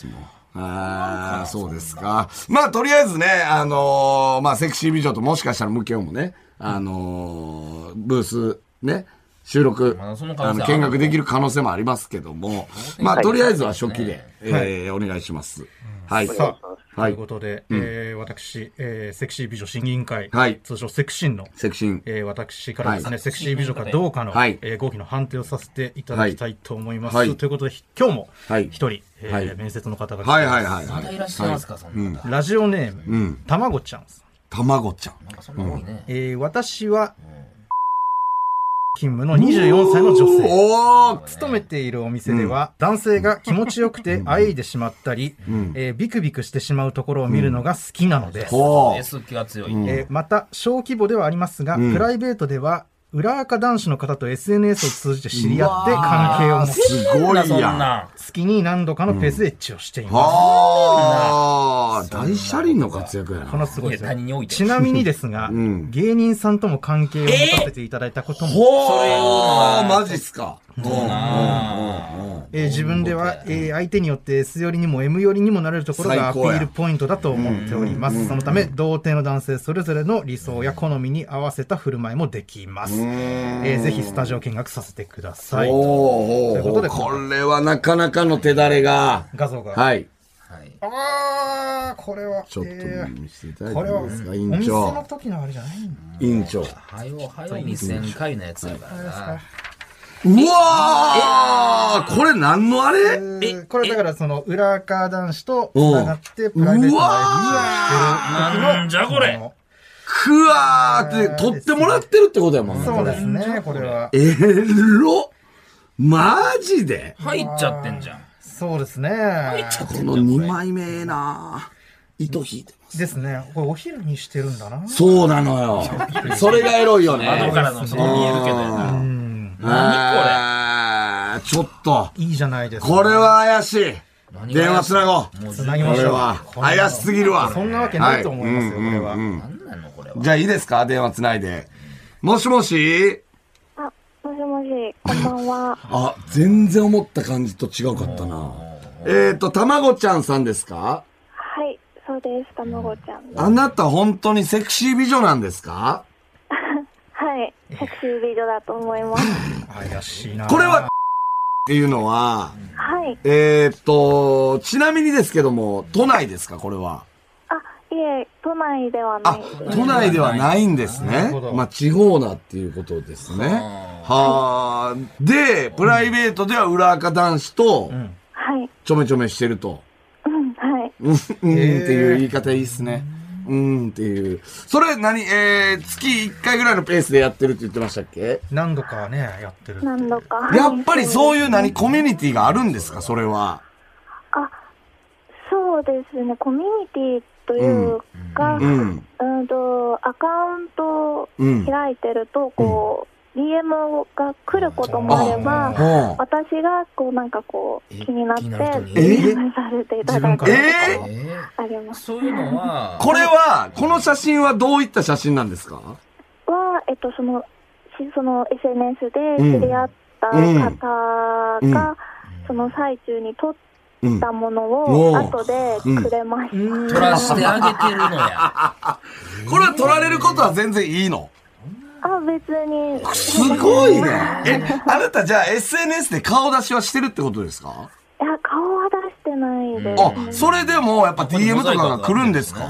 [SPEAKER 3] ああ、そうですか。まあ、とりあえずね、あのーまあ、セクシー美女ともしかしたらムケオもね、あのーブース、ね、収録、
[SPEAKER 5] まあその可
[SPEAKER 3] あ
[SPEAKER 5] 能性
[SPEAKER 3] の、
[SPEAKER 5] はある
[SPEAKER 3] 見学できる可能性もありますけども、まあ、とりあえずは初期で、えーお願いします。はい。
[SPEAKER 4] さあ、
[SPEAKER 3] は
[SPEAKER 4] とい。
[SPEAKER 3] いう
[SPEAKER 4] ことで、えー私、えーセクシー美女審議委員会、
[SPEAKER 3] はい
[SPEAKER 4] 通称セクシンの、
[SPEAKER 3] セクシー。
[SPEAKER 4] えー私からですね、
[SPEAKER 3] はい
[SPEAKER 4] セクシー美女かどうかの、
[SPEAKER 3] はい
[SPEAKER 4] えー合否の判定をさせていただきたいと思います。
[SPEAKER 3] はい
[SPEAKER 4] ということで、今日も
[SPEAKER 3] はい
[SPEAKER 4] 一人、えー
[SPEAKER 3] はい
[SPEAKER 4] 面接の方が来てま
[SPEAKER 3] は
[SPEAKER 4] す
[SPEAKER 3] いはいはい
[SPEAKER 5] まだ
[SPEAKER 3] はいい。
[SPEAKER 5] らっしゃいますか、そんな方。
[SPEAKER 4] ラジオネーム、
[SPEAKER 3] うん
[SPEAKER 4] たまごちゃんさん。
[SPEAKER 3] たまごちゃん。
[SPEAKER 5] なんかそんな多いね。
[SPEAKER 4] えー私は、勤務の24歳の女性。
[SPEAKER 3] おー
[SPEAKER 4] 勤めているお店では、男性が気持ちよくて喘いでしまったり、えービクビクしてしまうところを見るのが好きなのです。
[SPEAKER 3] ほう
[SPEAKER 5] S 気が強い。
[SPEAKER 3] ん
[SPEAKER 5] え
[SPEAKER 4] えーまた、小規模ではありますが、プライベートでは、裏垢男子の方と SNS を通じて知り合って関係を持ち、
[SPEAKER 3] すご
[SPEAKER 5] そん
[SPEAKER 3] いやん。
[SPEAKER 5] な。
[SPEAKER 4] 月に何度かのペースでエッチをしています。
[SPEAKER 3] ああ、大車輪の活躍や
[SPEAKER 4] こ
[SPEAKER 3] な
[SPEAKER 4] の。すごいです
[SPEAKER 5] いや他人にお
[SPEAKER 4] ね。
[SPEAKER 5] いて
[SPEAKER 4] ちなみにですが、
[SPEAKER 3] ん
[SPEAKER 4] 芸人さんとも関係を持たせていただいたことも、
[SPEAKER 3] ほーマジっすか。
[SPEAKER 4] えー自分では、えー相手によって S 寄りにも M 寄りにもなれるところが
[SPEAKER 3] 最
[SPEAKER 4] アピ
[SPEAKER 3] 高や
[SPEAKER 4] ールポイントだと思っております。そのため、童貞の男性それぞれの理想や好みに合わせた振る舞いもできます。えーぜひスタジオ見学させてください。
[SPEAKER 3] お
[SPEAKER 4] と
[SPEAKER 3] ー
[SPEAKER 4] いう
[SPEAKER 3] お
[SPEAKER 4] こと
[SPEAKER 3] ー
[SPEAKER 4] で
[SPEAKER 3] これはなかなかの手だれが。
[SPEAKER 4] 画像が。
[SPEAKER 3] はい。
[SPEAKER 5] はい。
[SPEAKER 4] あー、これは、
[SPEAKER 3] ちょっと
[SPEAKER 4] えー
[SPEAKER 3] 見せていただい
[SPEAKER 4] こ
[SPEAKER 3] て
[SPEAKER 4] れ
[SPEAKER 3] もい
[SPEAKER 4] は、お
[SPEAKER 3] いですか、委員
[SPEAKER 4] 店の
[SPEAKER 3] 長。
[SPEAKER 4] 時のあれじゃないん
[SPEAKER 3] 委員長。う
[SPEAKER 5] はよはよ2000回のやつやから
[SPEAKER 4] です
[SPEAKER 5] な
[SPEAKER 4] か。。
[SPEAKER 3] わーこれ何のあ
[SPEAKER 4] え
[SPEAKER 3] れ
[SPEAKER 4] ーこれだから、その、裏側男子と繋がって、プライベートの FD をしてる時の。
[SPEAKER 5] なんじゃこれ
[SPEAKER 4] あの
[SPEAKER 3] くわーって取ってもらってるってことやもんね。
[SPEAKER 4] そう
[SPEAKER 3] こ
[SPEAKER 4] で
[SPEAKER 3] れ
[SPEAKER 4] すね、これは。
[SPEAKER 3] えろマジで
[SPEAKER 5] 入っちゃってんじゃん。
[SPEAKER 4] そうですね。
[SPEAKER 3] この2枚目ええな糸引いてます。
[SPEAKER 4] ですね。これお昼にしてるんだな。
[SPEAKER 3] そうなの よ。それがエロいよね。
[SPEAKER 5] 窓からのその見えるけどや
[SPEAKER 3] う
[SPEAKER 5] な。何
[SPEAKER 3] あーちょっと、
[SPEAKER 4] いいじゃないですか。
[SPEAKER 3] これは怪し
[SPEAKER 5] 何
[SPEAKER 3] い。
[SPEAKER 5] が
[SPEAKER 3] 電話つなごう。
[SPEAKER 5] これもう
[SPEAKER 4] つ
[SPEAKER 5] ず
[SPEAKER 4] なぎ
[SPEAKER 3] こ
[SPEAKER 4] まし
[SPEAKER 3] れ
[SPEAKER 4] ょう。
[SPEAKER 3] は
[SPEAKER 4] こ、れ
[SPEAKER 3] 怪しすぎるわ。
[SPEAKER 4] そんなわけないと思います
[SPEAKER 3] は
[SPEAKER 4] よ、こ
[SPEAKER 3] うん
[SPEAKER 4] れ
[SPEAKER 3] うん
[SPEAKER 4] は。
[SPEAKER 3] うん
[SPEAKER 5] 何なのこれは。
[SPEAKER 3] じゃあいいですか電話つないで。もしもし
[SPEAKER 8] あ、もしもし、こんばん は。
[SPEAKER 3] あ、全然思った感じと違うかったな。えっと、たまごちゃんさんですか
[SPEAKER 8] はい、そうです、たまごちゃんです。
[SPEAKER 3] あなた本当にセクシー美女なんですか
[SPEAKER 8] はい、セクシー美女だと思います。
[SPEAKER 4] 怪しいな。
[SPEAKER 3] これは、っていうのは、
[SPEAKER 8] はい、
[SPEAKER 3] えーっと、ちなみにですけども、都内ですか、これは。
[SPEAKER 8] あ、いえ、都内ではな
[SPEAKER 3] あ
[SPEAKER 8] いです。、
[SPEAKER 3] 都内ではないんです
[SPEAKER 4] な
[SPEAKER 3] ね
[SPEAKER 4] るほど。
[SPEAKER 3] まあ、地方なっていうことですね。はあ。で、プライベートでは裏垢男子と、
[SPEAKER 8] はい、
[SPEAKER 3] ちょめちょめしてると。
[SPEAKER 8] うん、はい。
[SPEAKER 3] うん、うんっていう言い方いいっすね。うんっていう。それ何、えー、月1回ぐらいのペースでやってるって言ってましたっけ
[SPEAKER 4] 何度かね、やってる。
[SPEAKER 8] 何度か。
[SPEAKER 3] やっぱりそう
[SPEAKER 8] う。
[SPEAKER 3] いう何、コミュニティがあるんですか、それは。
[SPEAKER 8] あ、そうですね、コミュニティというか、
[SPEAKER 3] う。
[SPEAKER 8] うんんと、アカウントを
[SPEAKER 3] うん。
[SPEAKER 8] 開いてると、こう、DM が来ることもあれば、
[SPEAKER 3] はあ
[SPEAKER 8] 私が、こう、なんかこう、気になって、
[SPEAKER 5] 気に
[SPEAKER 8] 紹
[SPEAKER 5] なる人
[SPEAKER 3] に
[SPEAKER 8] 介させていただくこと
[SPEAKER 3] え
[SPEAKER 8] も
[SPEAKER 6] え
[SPEAKER 8] あります。
[SPEAKER 6] そういうのは、
[SPEAKER 3] これは、この写真はどういった写真なんですか
[SPEAKER 8] は、えっと、その、しその SNS で知り合った方が、
[SPEAKER 3] うんうん
[SPEAKER 8] その最中に撮っ
[SPEAKER 3] うん。
[SPEAKER 8] たもの
[SPEAKER 3] うん
[SPEAKER 8] を後でくれました。
[SPEAKER 5] 取らしてあげてるのや。
[SPEAKER 3] これは撮られることは全然いいの。
[SPEAKER 8] あ、別に。
[SPEAKER 3] すごいね。え、あなたじゃあ SNS で顔出しはしてるってことですか
[SPEAKER 8] いや、顔は出してないです、ね。
[SPEAKER 3] あ、それでもやっぱ DM とかが来るんですか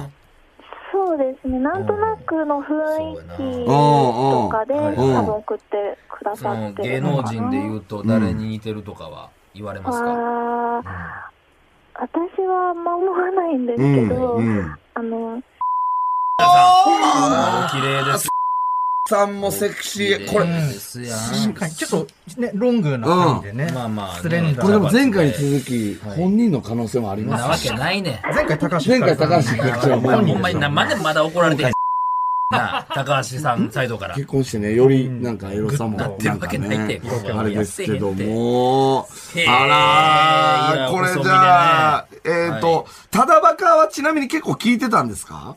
[SPEAKER 8] そうですね。なんとなくの雰囲気とかで、
[SPEAKER 5] うんうん
[SPEAKER 8] 多分送ってくだ
[SPEAKER 5] そ
[SPEAKER 8] さ
[SPEAKER 5] の
[SPEAKER 8] って
[SPEAKER 5] 芸
[SPEAKER 8] るの
[SPEAKER 5] 能
[SPEAKER 8] かな。
[SPEAKER 5] 人で言うと誰に似てるとかは言われますか
[SPEAKER 8] は、私はあんま思わないんですけど、
[SPEAKER 3] うん。
[SPEAKER 8] あの、
[SPEAKER 5] あー綺麗です。
[SPEAKER 3] さんもセクシー。これ、
[SPEAKER 5] ですやん
[SPEAKER 4] 確かに、ちょっと、ね、ロングな感じでね。
[SPEAKER 5] まあまあね。
[SPEAKER 4] スレンダー
[SPEAKER 3] これでも前回に続き、本人の可能性もあり
[SPEAKER 5] な
[SPEAKER 3] ま
[SPEAKER 5] わ
[SPEAKER 3] す
[SPEAKER 5] けないねん。
[SPEAKER 4] 前回高橋
[SPEAKER 3] 前回高橋局長はもう
[SPEAKER 5] ほんまにな、まだまだ怒 られてへん。な、高橋さんサイドから。
[SPEAKER 3] 結婚してね、よりなんかエロさも、
[SPEAKER 5] なって
[SPEAKER 3] な
[SPEAKER 5] る
[SPEAKER 3] ん
[SPEAKER 5] わ
[SPEAKER 3] か
[SPEAKER 5] けないって
[SPEAKER 3] ね、あれですけど
[SPEAKER 5] いや
[SPEAKER 3] も。
[SPEAKER 5] へー
[SPEAKER 3] あ
[SPEAKER 5] い
[SPEAKER 3] ら
[SPEAKER 5] や
[SPEAKER 3] ー、これ
[SPEAKER 5] 細
[SPEAKER 3] じ
[SPEAKER 5] 身でね
[SPEAKER 3] ゃあ、えっと、ただバカはちなみに結構聞いてたんですか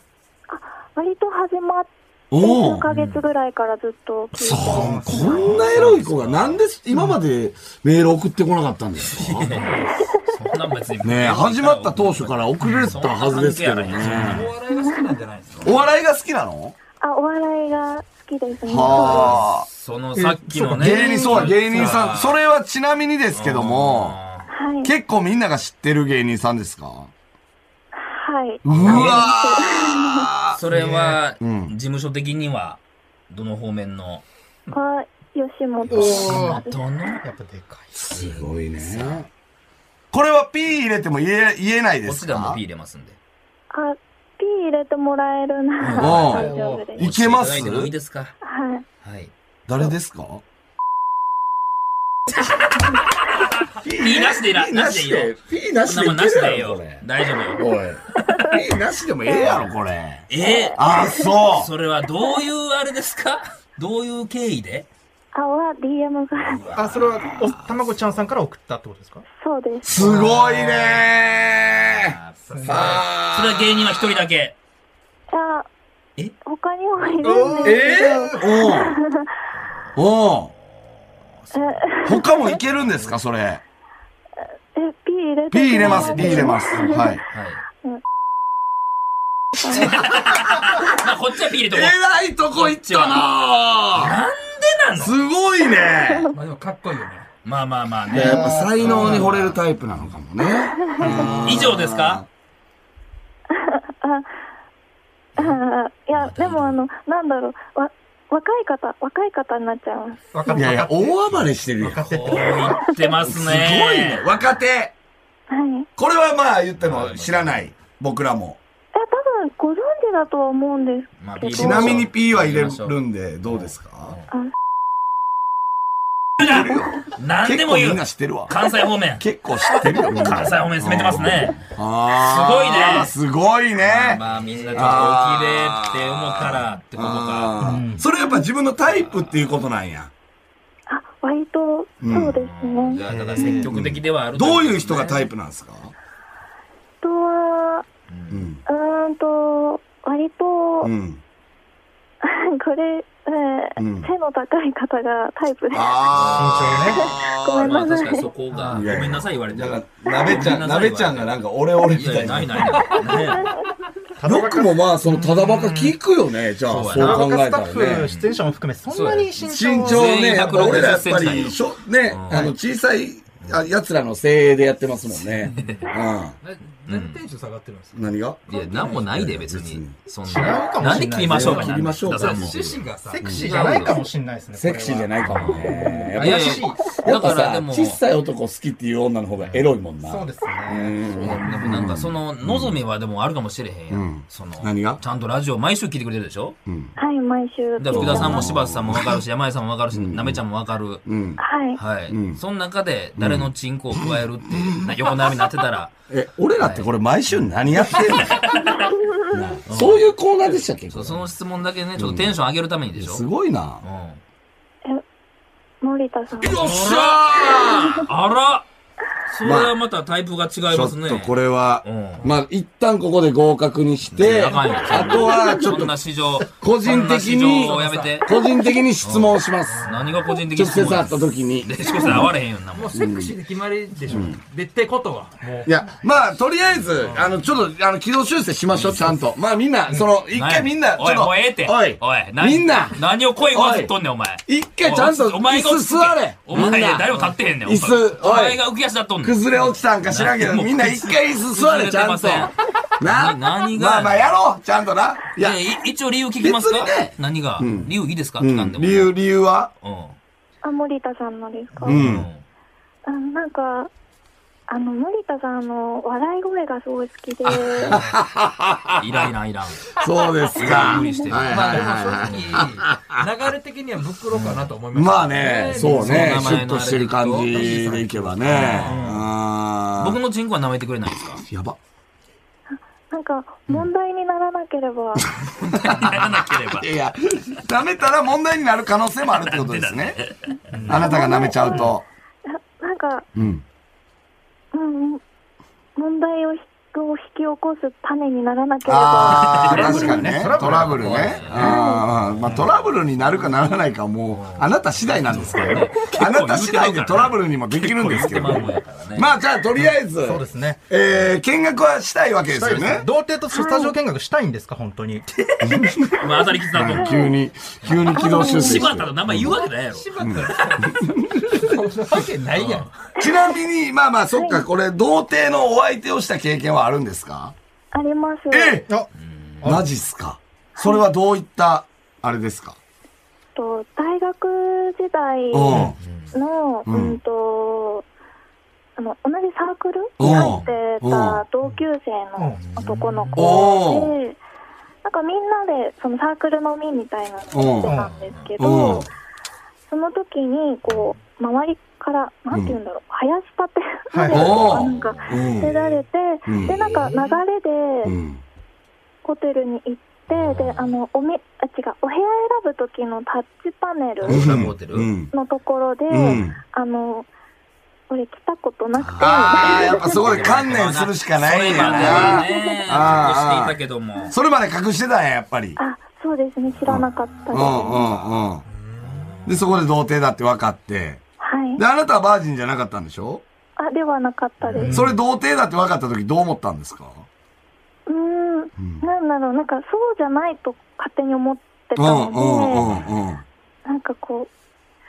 [SPEAKER 8] 割と始まって
[SPEAKER 3] お
[SPEAKER 8] 数
[SPEAKER 3] お
[SPEAKER 8] ヶ月ぐらいからずっと聞い
[SPEAKER 3] そ
[SPEAKER 8] て
[SPEAKER 3] う
[SPEAKER 8] ま、す。
[SPEAKER 3] こんなエロい子がなんで今までメール送ってこなかったんですか
[SPEAKER 5] そんなん別に
[SPEAKER 3] ねえ、始まった当初から遅れてたはずですけどね。
[SPEAKER 5] お笑いが好きなんじゃないですか
[SPEAKER 3] お笑いが好きなの
[SPEAKER 8] あ、お笑いが好きですね。
[SPEAKER 3] はあ。
[SPEAKER 5] そのさっきのね。
[SPEAKER 3] 芸人、そうだ、芸人さん。それはちなみにですけども、
[SPEAKER 5] あ
[SPEAKER 8] はい。
[SPEAKER 3] 結構みんなが知ってる芸人さんですか
[SPEAKER 8] はい。
[SPEAKER 3] うわ
[SPEAKER 5] ー。それは、
[SPEAKER 3] うん
[SPEAKER 5] 事務所的には、どの方面の
[SPEAKER 8] は、吉本
[SPEAKER 5] あ
[SPEAKER 8] です。
[SPEAKER 5] との
[SPEAKER 4] やっぱでかい。
[SPEAKER 3] すごいね。これは P 入れても言え、言えないで
[SPEAKER 5] こっ
[SPEAKER 3] す
[SPEAKER 5] ちではもう
[SPEAKER 3] か
[SPEAKER 5] P 入れますんで。
[SPEAKER 8] あ、P 入れてもらえるなら
[SPEAKER 3] うん
[SPEAKER 8] 大丈夫です。
[SPEAKER 3] いけます
[SPEAKER 5] お知りいただいてもいいですか
[SPEAKER 8] はい。
[SPEAKER 5] はい。
[SPEAKER 3] 誰ですか
[SPEAKER 5] P なしでいいな、なしでいいよ。、
[SPEAKER 3] P な
[SPEAKER 5] そんなもんなしでいい
[SPEAKER 3] い
[SPEAKER 5] よ。大丈夫よ。
[SPEAKER 3] おい。P なしでもええやろ、これ。
[SPEAKER 5] え
[SPEAKER 3] あ、そう。
[SPEAKER 5] それはどういうあれですかどういう経緯で
[SPEAKER 8] あは DM が、
[SPEAKER 4] あ、それは、お、たまごちゃんさんから送ったってことですか
[SPEAKER 8] そうです。
[SPEAKER 3] すごいね
[SPEAKER 5] あそれは芸人は一人だけ。
[SPEAKER 8] あ
[SPEAKER 5] え、
[SPEAKER 8] 他にもいるん
[SPEAKER 3] え
[SPEAKER 8] ですけど、
[SPEAKER 3] うん。うん。他もいけるんですか、それ。
[SPEAKER 8] え、P 入れて
[SPEAKER 3] P 入れます、P 入れます。はい。
[SPEAKER 5] はい。まあ、こっちは P 入れと
[SPEAKER 3] え
[SPEAKER 5] こう。
[SPEAKER 3] らいとこ行ったななんでなのすごいね
[SPEAKER 6] まあでもかっこいいよね。
[SPEAKER 5] まあまあまあね。
[SPEAKER 3] やっぱ才能に惚れるタイプなのかもね。
[SPEAKER 5] 以上ですか
[SPEAKER 8] あいや、でもあの、なんだろう、わ、若い方、若い方になっちゃいます。
[SPEAKER 4] 分かっ
[SPEAKER 3] いやいや
[SPEAKER 4] た、。
[SPEAKER 3] 大暴れしてるよ。
[SPEAKER 4] 分か
[SPEAKER 3] す
[SPEAKER 4] ってって
[SPEAKER 5] こう言ってます
[SPEAKER 3] ごいね
[SPEAKER 5] ね。。
[SPEAKER 3] 若手。
[SPEAKER 8] はい。
[SPEAKER 3] これはまあ言っても知らない。僕らも。
[SPEAKER 8] え、多分ご存知だとは思うんです
[SPEAKER 5] まあ
[SPEAKER 8] けど。
[SPEAKER 5] ち
[SPEAKER 3] ちなみに P は入れるんで、どうですか
[SPEAKER 5] 何
[SPEAKER 3] 結
[SPEAKER 5] で
[SPEAKER 3] 構
[SPEAKER 5] も
[SPEAKER 3] み
[SPEAKER 5] 言
[SPEAKER 3] ん
[SPEAKER 5] う。
[SPEAKER 3] な知ってるわ。
[SPEAKER 5] 関西方面。
[SPEAKER 3] 結構知ってるよ、みんな
[SPEAKER 5] 関西方面攻めてますね。
[SPEAKER 3] あーすごいね。すごいね。
[SPEAKER 5] まあみんなちょっとおきれって思うからってことか。
[SPEAKER 3] あーそれやっぱ自分のタイプっていうことなんや。
[SPEAKER 8] あ、割と、そうです
[SPEAKER 5] じ
[SPEAKER 8] ね。
[SPEAKER 5] ゃあだから積極的ではあると
[SPEAKER 3] どう
[SPEAKER 5] こ
[SPEAKER 3] い
[SPEAKER 5] と
[SPEAKER 3] う人がタ
[SPEAKER 5] ね
[SPEAKER 3] イプなんですか
[SPEAKER 8] あとは、
[SPEAKER 3] うん。
[SPEAKER 8] うーんと、割と、
[SPEAKER 3] うん。
[SPEAKER 8] これ、えー
[SPEAKER 3] うん
[SPEAKER 8] 背の高い方がタイプです。
[SPEAKER 3] あ
[SPEAKER 8] ごめん
[SPEAKER 5] まあ
[SPEAKER 8] な
[SPEAKER 5] 確
[SPEAKER 8] さ
[SPEAKER 5] かに
[SPEAKER 8] い。
[SPEAKER 5] そこが、ご
[SPEAKER 3] いやいや
[SPEAKER 5] めんなさい言われて
[SPEAKER 6] だ
[SPEAKER 5] る。
[SPEAKER 6] から、なべちゃん、なべちゃんがなんか、俺俺
[SPEAKER 5] い
[SPEAKER 6] み
[SPEAKER 5] やい
[SPEAKER 6] た
[SPEAKER 5] や
[SPEAKER 6] い
[SPEAKER 5] な
[SPEAKER 6] な。
[SPEAKER 5] いないない。ね
[SPEAKER 3] よくもまあ、その、ただばか聞くよね、じゃあ、
[SPEAKER 5] そう
[SPEAKER 3] そう考え
[SPEAKER 4] スタ
[SPEAKER 3] た
[SPEAKER 4] ッ
[SPEAKER 3] ら
[SPEAKER 4] フ、
[SPEAKER 3] ね。
[SPEAKER 4] 出演者も含め、そんなに身
[SPEAKER 3] 身
[SPEAKER 4] 長
[SPEAKER 3] 長
[SPEAKER 5] 全員
[SPEAKER 3] ね、やっぱ俺らやっぱ
[SPEAKER 5] 160
[SPEAKER 3] り、しょね、あの、小さいあ奴らの精鋭でやってますもんね。
[SPEAKER 6] な何テンション下がってるんです
[SPEAKER 3] うん。何が
[SPEAKER 5] いや、なんもないで、別
[SPEAKER 3] 別に
[SPEAKER 5] に。そん
[SPEAKER 4] 違うか
[SPEAKER 5] な。な
[SPEAKER 4] もしれない
[SPEAKER 5] んで切りましょうか
[SPEAKER 3] 切りましょうか
[SPEAKER 5] なんで出さんも
[SPEAKER 6] か趣旨がさ
[SPEAKER 4] セクシーじゃないかもしれないですね。
[SPEAKER 3] セクシーじゃないかもね。やっぱ
[SPEAKER 5] いやい
[SPEAKER 4] しい
[SPEAKER 5] や、
[SPEAKER 3] や
[SPEAKER 5] だ
[SPEAKER 3] っ
[SPEAKER 5] か
[SPEAKER 3] ぱ
[SPEAKER 5] らで
[SPEAKER 3] さ、
[SPEAKER 5] も、
[SPEAKER 3] 小
[SPEAKER 5] で
[SPEAKER 3] さい男好きっていう女の方がエロいもんな。
[SPEAKER 4] そうです
[SPEAKER 3] う
[SPEAKER 4] ね。
[SPEAKER 3] ん。
[SPEAKER 5] もなんかその、望みはでもあるかもしれへんやん。その、
[SPEAKER 3] 何が
[SPEAKER 5] ちゃんとラジオ毎週聞いてくれてるでしょ
[SPEAKER 8] はい、毎週。
[SPEAKER 5] だから福田さんも柴田さんもわかるし、山井さんもわかるし、なめちゃんもわかる。
[SPEAKER 3] うん。
[SPEAKER 8] はい。
[SPEAKER 5] はい。
[SPEAKER 3] うん
[SPEAKER 5] その中で、誰のチンコを加えるって、な横並びになってたら、
[SPEAKER 3] え、俺らってこれ毎週何やってんのなあそういう コーナーでしたっけ
[SPEAKER 5] そうその質問だけね、ちょっとテンション上げるためにでしょ。
[SPEAKER 3] すごいな
[SPEAKER 5] う。ん。よ
[SPEAKER 8] 森田さん。
[SPEAKER 5] っしゃーあらそれはまたタイプが違い
[SPEAKER 3] ちょ
[SPEAKER 5] ま
[SPEAKER 3] っ
[SPEAKER 5] すね。
[SPEAKER 3] とこれは、
[SPEAKER 5] うん
[SPEAKER 3] まあ、一旦ここで合格にし
[SPEAKER 5] い
[SPEAKER 3] て、
[SPEAKER 5] やあかんよ
[SPEAKER 3] あとは、ちょっ
[SPEAKER 5] そ
[SPEAKER 3] と
[SPEAKER 5] ん、な市場、
[SPEAKER 3] 個人的に
[SPEAKER 5] そんな市場をやめて。
[SPEAKER 3] 個人的に質問します。
[SPEAKER 5] 何が個人的
[SPEAKER 3] 直
[SPEAKER 5] に
[SPEAKER 3] 接会った時に。
[SPEAKER 5] で、しこさん会われへんよんなも
[SPEAKER 6] も
[SPEAKER 5] ん
[SPEAKER 6] う。セクシーで決まりでしょ、でってことはもう
[SPEAKER 3] いや、まあ、とりあえず、あの、ちょっと、あの、軌道修正しましょう、ちゃんと。まあ、みんな、その、一回みんな、ちょ
[SPEAKER 5] お
[SPEAKER 3] っ
[SPEAKER 5] い、
[SPEAKER 3] と、
[SPEAKER 5] もうええって。
[SPEAKER 3] おい、
[SPEAKER 5] おい、
[SPEAKER 3] みんな、
[SPEAKER 5] 何を声がずっとんねん、お前。
[SPEAKER 3] 一回ちゃんと、
[SPEAKER 5] お前
[SPEAKER 3] 椅
[SPEAKER 5] が
[SPEAKER 3] 子座れ。
[SPEAKER 5] お前、
[SPEAKER 3] みんな
[SPEAKER 5] 誰も立ってへんねん。
[SPEAKER 3] 椅子
[SPEAKER 5] お
[SPEAKER 3] おい
[SPEAKER 5] 前が浮き足立っとんねん。
[SPEAKER 3] 崩れ落ちたんか知らんけど、
[SPEAKER 5] もう
[SPEAKER 3] みんな一回椅子座れ、ちゃんと
[SPEAKER 5] 崩れて。
[SPEAKER 3] な、
[SPEAKER 5] 何が
[SPEAKER 3] まあまあ、やろう、ちゃんとな。い
[SPEAKER 5] い
[SPEAKER 3] や
[SPEAKER 5] や、、い一応理由聞きますか
[SPEAKER 3] 別にね
[SPEAKER 5] 何が、理由いいですか
[SPEAKER 3] う
[SPEAKER 5] 聞かん
[SPEAKER 3] ん
[SPEAKER 5] でも。
[SPEAKER 3] 理由、。理由は
[SPEAKER 5] うん。
[SPEAKER 8] あ、森田さんのですか、
[SPEAKER 3] う。
[SPEAKER 5] うんん。
[SPEAKER 8] あなんか、あの、森田さんの笑い声がすごい好きで、
[SPEAKER 5] いらんいらんいらん。
[SPEAKER 3] そうですか。
[SPEAKER 5] 無理してる。
[SPEAKER 3] はい
[SPEAKER 6] ま
[SPEAKER 3] は
[SPEAKER 6] あ
[SPEAKER 3] い
[SPEAKER 6] で
[SPEAKER 3] はいはい。
[SPEAKER 6] も正直流れ的には袋かなと思いました
[SPEAKER 3] まあね、そうね、
[SPEAKER 5] その名
[SPEAKER 3] シュ
[SPEAKER 5] 前の
[SPEAKER 3] ッとしてる感じでいけばね。
[SPEAKER 5] 僕
[SPEAKER 3] 僕
[SPEAKER 5] のチンコは舐めてくれないで すか
[SPEAKER 3] やば。
[SPEAKER 8] なんか、問題にならなけれ
[SPEAKER 5] や
[SPEAKER 8] ば、
[SPEAKER 5] らなければ
[SPEAKER 3] い。やいや、舐めたら問題になる可能性もあるってことですね。あなたが舐めちゃうと。
[SPEAKER 8] ななんか、
[SPEAKER 3] うん。
[SPEAKER 8] うん、問題をひを引き起こす種にならなければ、
[SPEAKER 3] ああ、確かにね。トラブルね。あーまあトラブルになるかならないかはもう、あなた次第なんですけどね。あなた次第でトラブルにもできるんですけど
[SPEAKER 5] もん
[SPEAKER 3] ね
[SPEAKER 5] や。からね。
[SPEAKER 3] まあじゃあとりあえず、
[SPEAKER 4] そうですね。
[SPEAKER 3] えー見学はしたいわけですよね。
[SPEAKER 4] 童貞とスタジオ見学したいんですか、本当に。
[SPEAKER 5] まあ、当たりきつだと。
[SPEAKER 3] 急に、急に軌道修正して
[SPEAKER 5] 柴田の名前言うわけないやろ。
[SPEAKER 6] そんなわけないやん
[SPEAKER 3] ちなみに、まあまあ、そっか、これ、童貞のお相手をした経験はあるんですか
[SPEAKER 8] あります。
[SPEAKER 4] あ
[SPEAKER 3] マジっすかそれはどういった、あれですか
[SPEAKER 8] と大学時代
[SPEAKER 3] うん。
[SPEAKER 8] の、
[SPEAKER 3] ん
[SPEAKER 8] うんと、あの、同じサークル
[SPEAKER 3] うん
[SPEAKER 8] に入って
[SPEAKER 3] うん
[SPEAKER 8] た同級生の男の
[SPEAKER 3] お
[SPEAKER 8] 子で、なんかみんなでそのサークル飲みみたいなのをしてたんですけ
[SPEAKER 3] うん
[SPEAKER 8] ど、。その時に、こう、周りから、なんて言うんだろう、林立てまで、
[SPEAKER 3] はい
[SPEAKER 8] なんか、
[SPEAKER 3] うん
[SPEAKER 8] 出られて、
[SPEAKER 3] うん
[SPEAKER 8] で、なんか流れ
[SPEAKER 3] う
[SPEAKER 8] で
[SPEAKER 3] ん。
[SPEAKER 8] ホテルに行って、で、あの、おめ、あ、違う、お部屋選ぶ時のタッチパネル
[SPEAKER 5] 大阪ホテル
[SPEAKER 3] うん。
[SPEAKER 8] のところで、
[SPEAKER 3] うん
[SPEAKER 8] あの、俺来たことなくて、
[SPEAKER 3] ああ、やっぱそこで観念するしかないんや
[SPEAKER 5] ま
[SPEAKER 3] な
[SPEAKER 5] で。ね、隠
[SPEAKER 3] あー
[SPEAKER 5] していたけども。
[SPEAKER 3] それまで隠してたんや、やっぱり。
[SPEAKER 8] あ、そうですね、知らなかった
[SPEAKER 3] う
[SPEAKER 8] で
[SPEAKER 3] んう
[SPEAKER 8] す。は
[SPEAKER 3] んうん。で、そこで童貞だって分かって。
[SPEAKER 8] い
[SPEAKER 3] で、。あなたはバージンじゃなかったんでしょ
[SPEAKER 8] あ、ではなかったです。
[SPEAKER 3] それ童貞だって分かった時どう思ったんですか
[SPEAKER 8] うーん、
[SPEAKER 3] ん
[SPEAKER 8] なんだろう、なんかそうじゃないと勝手に思ってた
[SPEAKER 3] うん
[SPEAKER 8] の
[SPEAKER 3] う
[SPEAKER 8] で、
[SPEAKER 3] んうんうん。
[SPEAKER 8] なんかこう、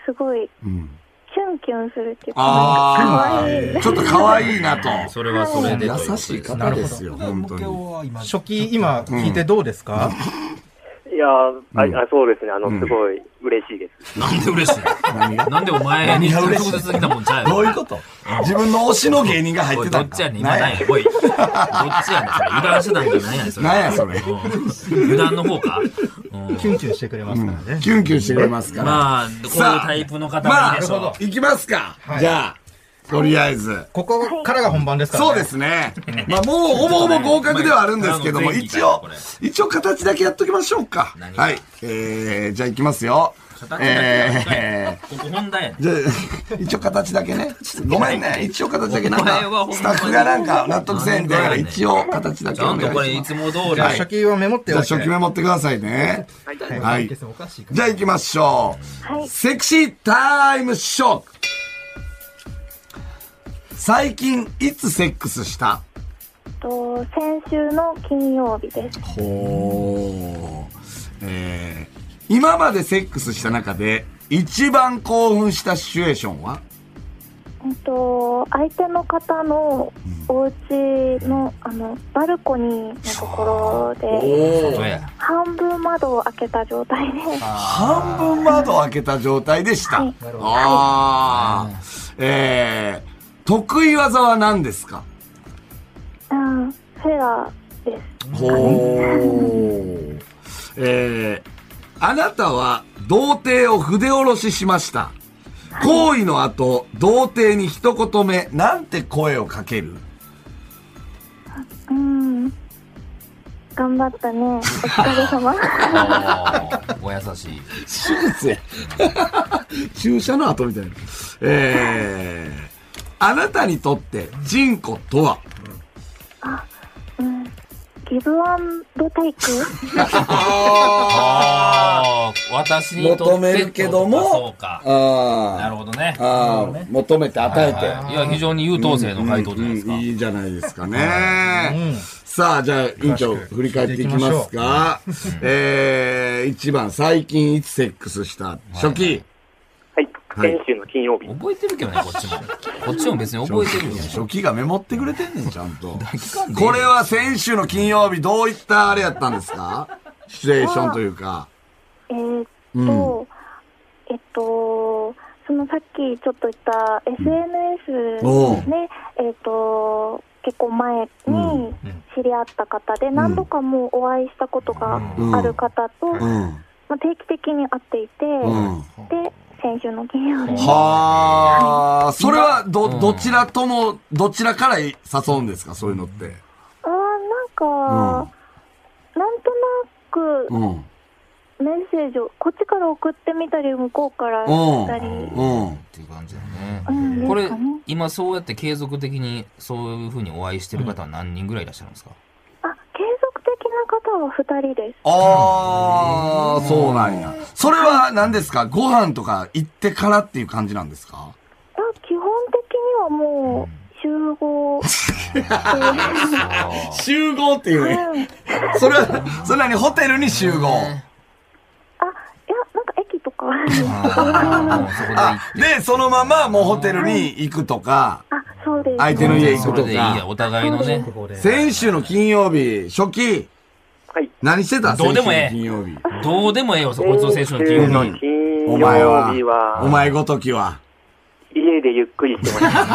[SPEAKER 8] すごい、
[SPEAKER 3] うん。
[SPEAKER 8] キュンキュンするっていうか、なんか可
[SPEAKER 3] あ
[SPEAKER 8] 愛い。
[SPEAKER 3] あ、ちょっと可愛いなと。
[SPEAKER 5] それはそれでということで。
[SPEAKER 3] 優しい方ですよ、本当に。
[SPEAKER 6] は今
[SPEAKER 4] 初期、今、聞いてどうですか、
[SPEAKER 7] いやーあ、あそうですね、あの、すごい嬉しいです。
[SPEAKER 5] なんで嬉しいのなんでお前に直接的なもんちゃうよ
[SPEAKER 3] どういうこと自分の推しの芸人が入っ
[SPEAKER 5] お
[SPEAKER 3] て
[SPEAKER 5] い、ど
[SPEAKER 3] た
[SPEAKER 5] っちやねん、今
[SPEAKER 3] な
[SPEAKER 5] なんや、おい。どっちやねん、それ。油断してたんじゃないやねん、それ。
[SPEAKER 3] なんやそれ
[SPEAKER 5] うん油断の方か。うん
[SPEAKER 4] キュンキュンしてくれますからね。
[SPEAKER 3] キュンキュンしてくれますから。
[SPEAKER 5] まあ、こういうタイプの方
[SPEAKER 3] ま
[SPEAKER 5] もい
[SPEAKER 3] あ
[SPEAKER 5] るでしょ
[SPEAKER 3] 行きますか。じゃあ、とりあえず。
[SPEAKER 4] ここからが本番ですから、ね。
[SPEAKER 3] そうですね。まあ、もう、ほぼほぼ合格ではあるんですけども、一応、一応形だけやっときましょうか。はい。えー、じゃあ行きますよ。 え
[SPEAKER 5] う。ここ本題やねん
[SPEAKER 3] ー、じゃあ、 一応形だけね。ごめんね。一応形だけなんか、スタッフがなんか納得せんみたいから、一応形だけ
[SPEAKER 5] ちゃ
[SPEAKER 3] お
[SPEAKER 5] んとこ
[SPEAKER 3] 願
[SPEAKER 5] れ、
[SPEAKER 3] いし
[SPEAKER 5] い
[SPEAKER 3] ます
[SPEAKER 5] つ。も通り。
[SPEAKER 4] じゃあ初期はメモっ
[SPEAKER 3] じ
[SPEAKER 4] て
[SPEAKER 3] ゃ
[SPEAKER 4] お
[SPEAKER 3] あ、
[SPEAKER 4] いて。
[SPEAKER 3] 初期メモってくださいね。はい。
[SPEAKER 6] おかしいか
[SPEAKER 3] じゃあ行きましょ
[SPEAKER 8] は
[SPEAKER 3] う。
[SPEAKER 8] い
[SPEAKER 3] セクシータイムショック。最近、いつセックスした
[SPEAKER 8] と先週の金曜日です。
[SPEAKER 3] ほう。えー、今までセックスした中で、一番興奮したシチュエーションは
[SPEAKER 8] えっと相手の方のお家のあのバルコニーのところで
[SPEAKER 5] そうや。
[SPEAKER 8] 半分窓を開けた状態で、
[SPEAKER 3] 半分窓を開けた状態でした。
[SPEAKER 8] はい
[SPEAKER 3] ああ。えー、得意技は何ですか
[SPEAKER 8] うん、フェアです。
[SPEAKER 3] ほう。えー、あなたは童貞を筆下ろししました。行為の後、童貞に一言目、なんて声をかける
[SPEAKER 8] うん、頑張ったね。お疲 れ様。
[SPEAKER 5] あーお優しい。
[SPEAKER 3] 手術や。 注射の後みたいな。えー、あなたにとって、チンコとは
[SPEAKER 8] うん、ギブアンドテイク。
[SPEAKER 5] ああ、私にとって
[SPEAKER 3] 求めるけども
[SPEAKER 5] そうか。な
[SPEAKER 3] あ
[SPEAKER 5] るほどね。
[SPEAKER 3] あ、ああ、求めて与えて。
[SPEAKER 5] いや、非常に優等生の回答じゃないですか。
[SPEAKER 3] うんいいじゃないですかね。
[SPEAKER 4] うん
[SPEAKER 3] さあ、じゃあ、委員長、振り返っていきますか。えー、1番、最近いつセックスした初期。
[SPEAKER 7] はい。
[SPEAKER 3] はい
[SPEAKER 7] 先週の金曜日。
[SPEAKER 5] 覚えてるけどね、こっちも。こっちも別に覚えてるよ。
[SPEAKER 3] 初期がメモってくれてんねん、ちゃんと。
[SPEAKER 5] 期間で
[SPEAKER 3] これは先週の金曜日、どういったあれやったんですかシチュエーションというか。
[SPEAKER 8] えーっと、
[SPEAKER 3] う
[SPEAKER 8] えっと、そのさっきちょっと言った SNS
[SPEAKER 3] おう
[SPEAKER 8] ね、えーっと、結構前に知り合った方で、何度かもうお会いしたことがある方と、
[SPEAKER 3] うん。
[SPEAKER 8] まあ、定期的に会っていて、
[SPEAKER 3] うん。
[SPEAKER 8] で、先週の金曜日、
[SPEAKER 3] はあ、それは
[SPEAKER 5] う
[SPEAKER 3] ど、
[SPEAKER 5] ん
[SPEAKER 3] どちらとも、どちらから誘うんですかそういうのって。
[SPEAKER 8] あーなんか、なんとなく
[SPEAKER 3] うん。
[SPEAKER 8] メッセージをこっちから送ってみたり、向こうか
[SPEAKER 3] う
[SPEAKER 8] ら
[SPEAKER 3] ん
[SPEAKER 8] したり、
[SPEAKER 3] うん。
[SPEAKER 5] っていう感じだね。
[SPEAKER 8] うん、
[SPEAKER 5] こ
[SPEAKER 8] で
[SPEAKER 5] れ
[SPEAKER 8] すかね。、
[SPEAKER 5] 今そうやって継続的にそういうふうにお会いしてる方は何人ぐらいいらっしゃるんですか
[SPEAKER 8] あ、継続的な方は2人です。
[SPEAKER 3] ああ、そうなんや。それは何ですかご飯とか行ってからっていう感じなんですか
[SPEAKER 8] あ基本的にはもう集合
[SPEAKER 5] あ
[SPEAKER 3] 集合っていうね。
[SPEAKER 8] うん
[SPEAKER 3] それは、それなにホテルに集合。
[SPEAKER 8] あいやなんか駅とか
[SPEAKER 5] あ、もうそこで行
[SPEAKER 3] あ
[SPEAKER 5] っ、
[SPEAKER 3] で、そのままもうホテルに行くとか、
[SPEAKER 8] あそうです
[SPEAKER 3] 相手の家行く
[SPEAKER 5] それ
[SPEAKER 3] と
[SPEAKER 5] でいいや、
[SPEAKER 3] か。
[SPEAKER 5] お互いのね。
[SPEAKER 3] 先週の金曜日、初期、
[SPEAKER 7] はい。
[SPEAKER 3] 何してた
[SPEAKER 5] どうでもええ
[SPEAKER 3] 先週の金曜日。
[SPEAKER 5] どうでもええよ、そこいつの青春の金曜日。
[SPEAKER 7] 先週の
[SPEAKER 3] お
[SPEAKER 7] 金
[SPEAKER 3] 前
[SPEAKER 7] 曜
[SPEAKER 3] は
[SPEAKER 7] 日は、、
[SPEAKER 3] お前ごときは。
[SPEAKER 7] 家でゆっくりしてまし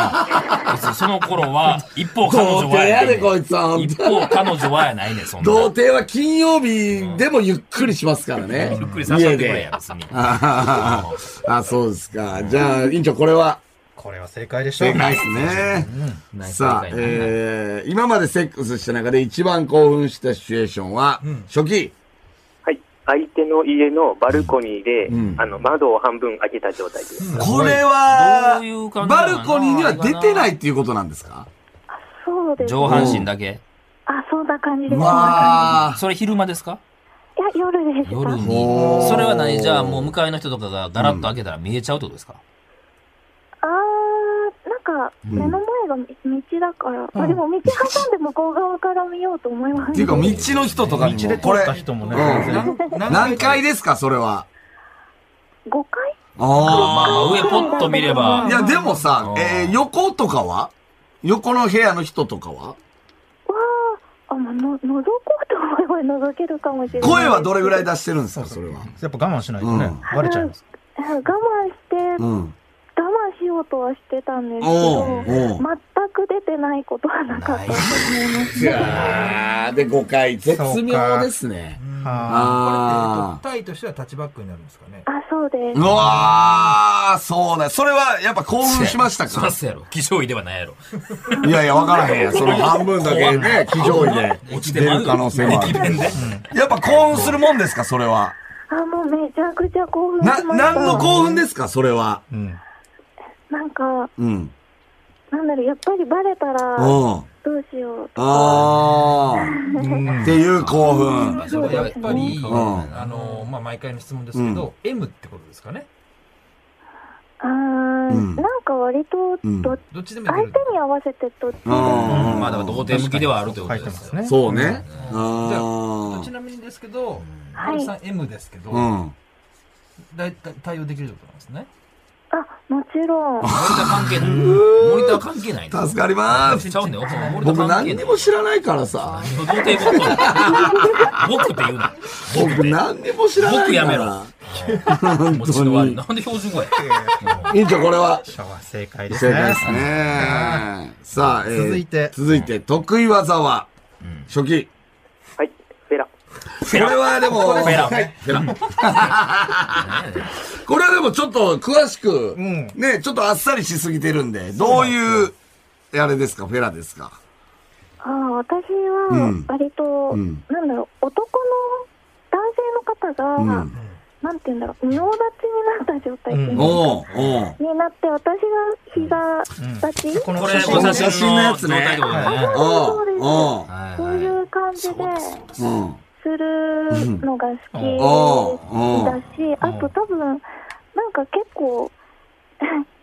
[SPEAKER 7] た。
[SPEAKER 5] 別にその頃は、一方彼
[SPEAKER 3] 童
[SPEAKER 5] 女
[SPEAKER 3] 貞
[SPEAKER 5] は
[SPEAKER 3] や
[SPEAKER 5] やね
[SPEAKER 3] で、
[SPEAKER 5] ん
[SPEAKER 3] こいつは。ほん
[SPEAKER 5] 一
[SPEAKER 3] と
[SPEAKER 5] 方彼女はやないねん、そんな。
[SPEAKER 3] 童貞は金曜日でもゆっくりしますからね。
[SPEAKER 5] ゆっくりさせてくれ
[SPEAKER 3] 家
[SPEAKER 5] や、
[SPEAKER 3] で
[SPEAKER 5] 別に。
[SPEAKER 3] ああ、そうですか。じゃあ、委員長、これは
[SPEAKER 4] これは正解でしょ
[SPEAKER 3] 正解ですね。
[SPEAKER 5] ナイス
[SPEAKER 3] さあ、
[SPEAKER 5] 大会なんだ
[SPEAKER 3] えー、今までセックスした中で一番興奮したシチュエーションは、初期。
[SPEAKER 7] はい。相手の家のバルコニーで、
[SPEAKER 3] ん
[SPEAKER 7] あの、窓を半分開けた状態です。
[SPEAKER 3] これは
[SPEAKER 5] どういう感、じな
[SPEAKER 3] バ
[SPEAKER 5] の
[SPEAKER 3] ルコニーには出てないっていうことなんですか
[SPEAKER 8] そうです
[SPEAKER 5] 上半身だけ。
[SPEAKER 8] あそんな感じです
[SPEAKER 3] まあ、
[SPEAKER 5] それ昼間ですか
[SPEAKER 8] いや夜でした
[SPEAKER 5] 夜に。
[SPEAKER 3] おー
[SPEAKER 5] それは何じゃあもう向かいの人とかがガラッと開けたら見えちゃうってことですか、
[SPEAKER 8] あーなんか目の前が道だから、あでも道挟んで向こう側から見ようと思いま
[SPEAKER 3] って
[SPEAKER 8] す
[SPEAKER 3] いうか、道の人とかに
[SPEAKER 4] 道で
[SPEAKER 3] も、
[SPEAKER 4] 通
[SPEAKER 3] これ
[SPEAKER 4] った、人もね、
[SPEAKER 3] うん
[SPEAKER 4] 全然
[SPEAKER 3] 何階ですか、それは。
[SPEAKER 8] 5階
[SPEAKER 3] あ
[SPEAKER 5] まあまあ上ポッと見れば
[SPEAKER 3] あ。い。や、でもさ
[SPEAKER 5] う、ん
[SPEAKER 3] えー、横とかは横の部屋の人とかは
[SPEAKER 8] わああまあの覗こうと思えば覗けるかもしれない
[SPEAKER 3] 声はどれぐらい出してるんですか、それは。
[SPEAKER 4] やっぱ我慢しないとね、
[SPEAKER 3] うん
[SPEAKER 4] バレちゃいます。
[SPEAKER 8] うん我慢して、
[SPEAKER 3] うん。
[SPEAKER 8] 我慢しようとはしてたんですけ
[SPEAKER 3] おう
[SPEAKER 8] ど、
[SPEAKER 3] おう
[SPEAKER 8] 全く出てないことはなかったと思います。
[SPEAKER 3] いやーで、5回。絶妙ですね。あ
[SPEAKER 4] は
[SPEAKER 6] タイとしてはタッチバックになるんですかね。
[SPEAKER 8] あ、そうで
[SPEAKER 3] ー。
[SPEAKER 8] す
[SPEAKER 3] う。わー、そうだ。それは、やっぱ興奮しました
[SPEAKER 5] そら
[SPEAKER 3] か
[SPEAKER 5] そうやろ。気象医ではないやろ。
[SPEAKER 3] いやいや、わからへんやん。その半分だけね、非常位で
[SPEAKER 5] 落ちて
[SPEAKER 3] 出
[SPEAKER 5] まう
[SPEAKER 3] る可能性もある
[SPEAKER 5] 駅。弁で。
[SPEAKER 3] やっぱ興奮するもんですか、それは。
[SPEAKER 8] あ、もうめちゃくちゃ興奮しま
[SPEAKER 3] な、
[SPEAKER 8] した。
[SPEAKER 3] 何の興奮ですか、それは。
[SPEAKER 4] うんうん
[SPEAKER 8] なんか、
[SPEAKER 3] うん。
[SPEAKER 8] なんだろう、やっぱりバレたら、ど
[SPEAKER 3] うん。
[SPEAKER 8] うしようと
[SPEAKER 3] あー。っていう興奮。
[SPEAKER 5] それは
[SPEAKER 6] やっぱり、
[SPEAKER 3] ん
[SPEAKER 6] あの、まあ、毎回の質問ですけど、M ってことですかね。
[SPEAKER 8] あー、
[SPEAKER 3] うん
[SPEAKER 8] なんか割と
[SPEAKER 3] うん
[SPEAKER 8] ど、
[SPEAKER 6] どっちでもいけ
[SPEAKER 8] 相
[SPEAKER 6] る
[SPEAKER 8] 手に合わせてどっちでも
[SPEAKER 3] あ
[SPEAKER 5] まあだから童貞向きではあるというこ
[SPEAKER 4] 書い
[SPEAKER 5] と
[SPEAKER 4] て
[SPEAKER 5] で
[SPEAKER 4] ますす
[SPEAKER 5] よ。
[SPEAKER 4] ね。
[SPEAKER 3] そうね。
[SPEAKER 6] じゃ
[SPEAKER 3] あ
[SPEAKER 6] ちなみにですけど、
[SPEAKER 8] は
[SPEAKER 6] はいい、さん M ですけど、
[SPEAKER 3] あ。うん。
[SPEAKER 6] だいたい対応できるってことなんですね。
[SPEAKER 8] あ、もちろん。
[SPEAKER 5] モニター関係ない。モニター関係ないの。
[SPEAKER 3] 助かります。
[SPEAKER 5] ちゃうねん。モニター
[SPEAKER 3] 僕
[SPEAKER 5] 関
[SPEAKER 3] 何
[SPEAKER 5] 係な
[SPEAKER 3] に
[SPEAKER 5] い。
[SPEAKER 3] も知らないからさ。
[SPEAKER 5] 童貞僕僕って言うな。
[SPEAKER 3] 僕何にも知らないから。
[SPEAKER 5] 僕やめろもう
[SPEAKER 3] 本
[SPEAKER 5] ち
[SPEAKER 3] 当
[SPEAKER 5] ろんあり
[SPEAKER 3] に。
[SPEAKER 5] なんで標準語や。
[SPEAKER 3] 委員長これは
[SPEAKER 4] シャワー正解で
[SPEAKER 3] 正
[SPEAKER 4] す
[SPEAKER 3] 解
[SPEAKER 4] ね
[SPEAKER 3] で。すね。さあ、えー
[SPEAKER 4] 続いて
[SPEAKER 3] 続いて、得意技は、初期。
[SPEAKER 7] はい、フェラ。
[SPEAKER 3] これはでも、
[SPEAKER 5] フェラ
[SPEAKER 3] はいフェラこれはでもちょっと詳しく、
[SPEAKER 4] ん
[SPEAKER 3] ね、ちょっとあっさりしすぎてるんで、どういう、あれですか、フェラですか。
[SPEAKER 8] あー私
[SPEAKER 3] うん
[SPEAKER 8] は割と、
[SPEAKER 3] うん
[SPEAKER 8] なんだろう男の男性の方が、
[SPEAKER 3] うん
[SPEAKER 8] なんて言うんだろう仁王立ちになった状態っていうの
[SPEAKER 3] おうおう
[SPEAKER 8] になって私が膝立ち、
[SPEAKER 4] この
[SPEAKER 5] これ、
[SPEAKER 3] この
[SPEAKER 5] 写
[SPEAKER 3] 写
[SPEAKER 5] 真
[SPEAKER 3] 真
[SPEAKER 5] の
[SPEAKER 3] の
[SPEAKER 5] や
[SPEAKER 3] や
[SPEAKER 5] つ
[SPEAKER 3] つ
[SPEAKER 5] ね
[SPEAKER 3] ね。
[SPEAKER 5] 状態ってことだね
[SPEAKER 3] おうおう
[SPEAKER 8] そういう感じ
[SPEAKER 3] う
[SPEAKER 8] で
[SPEAKER 3] ん
[SPEAKER 8] するのが
[SPEAKER 3] お
[SPEAKER 8] 好
[SPEAKER 3] うおう
[SPEAKER 8] きだしあと多分なんか結構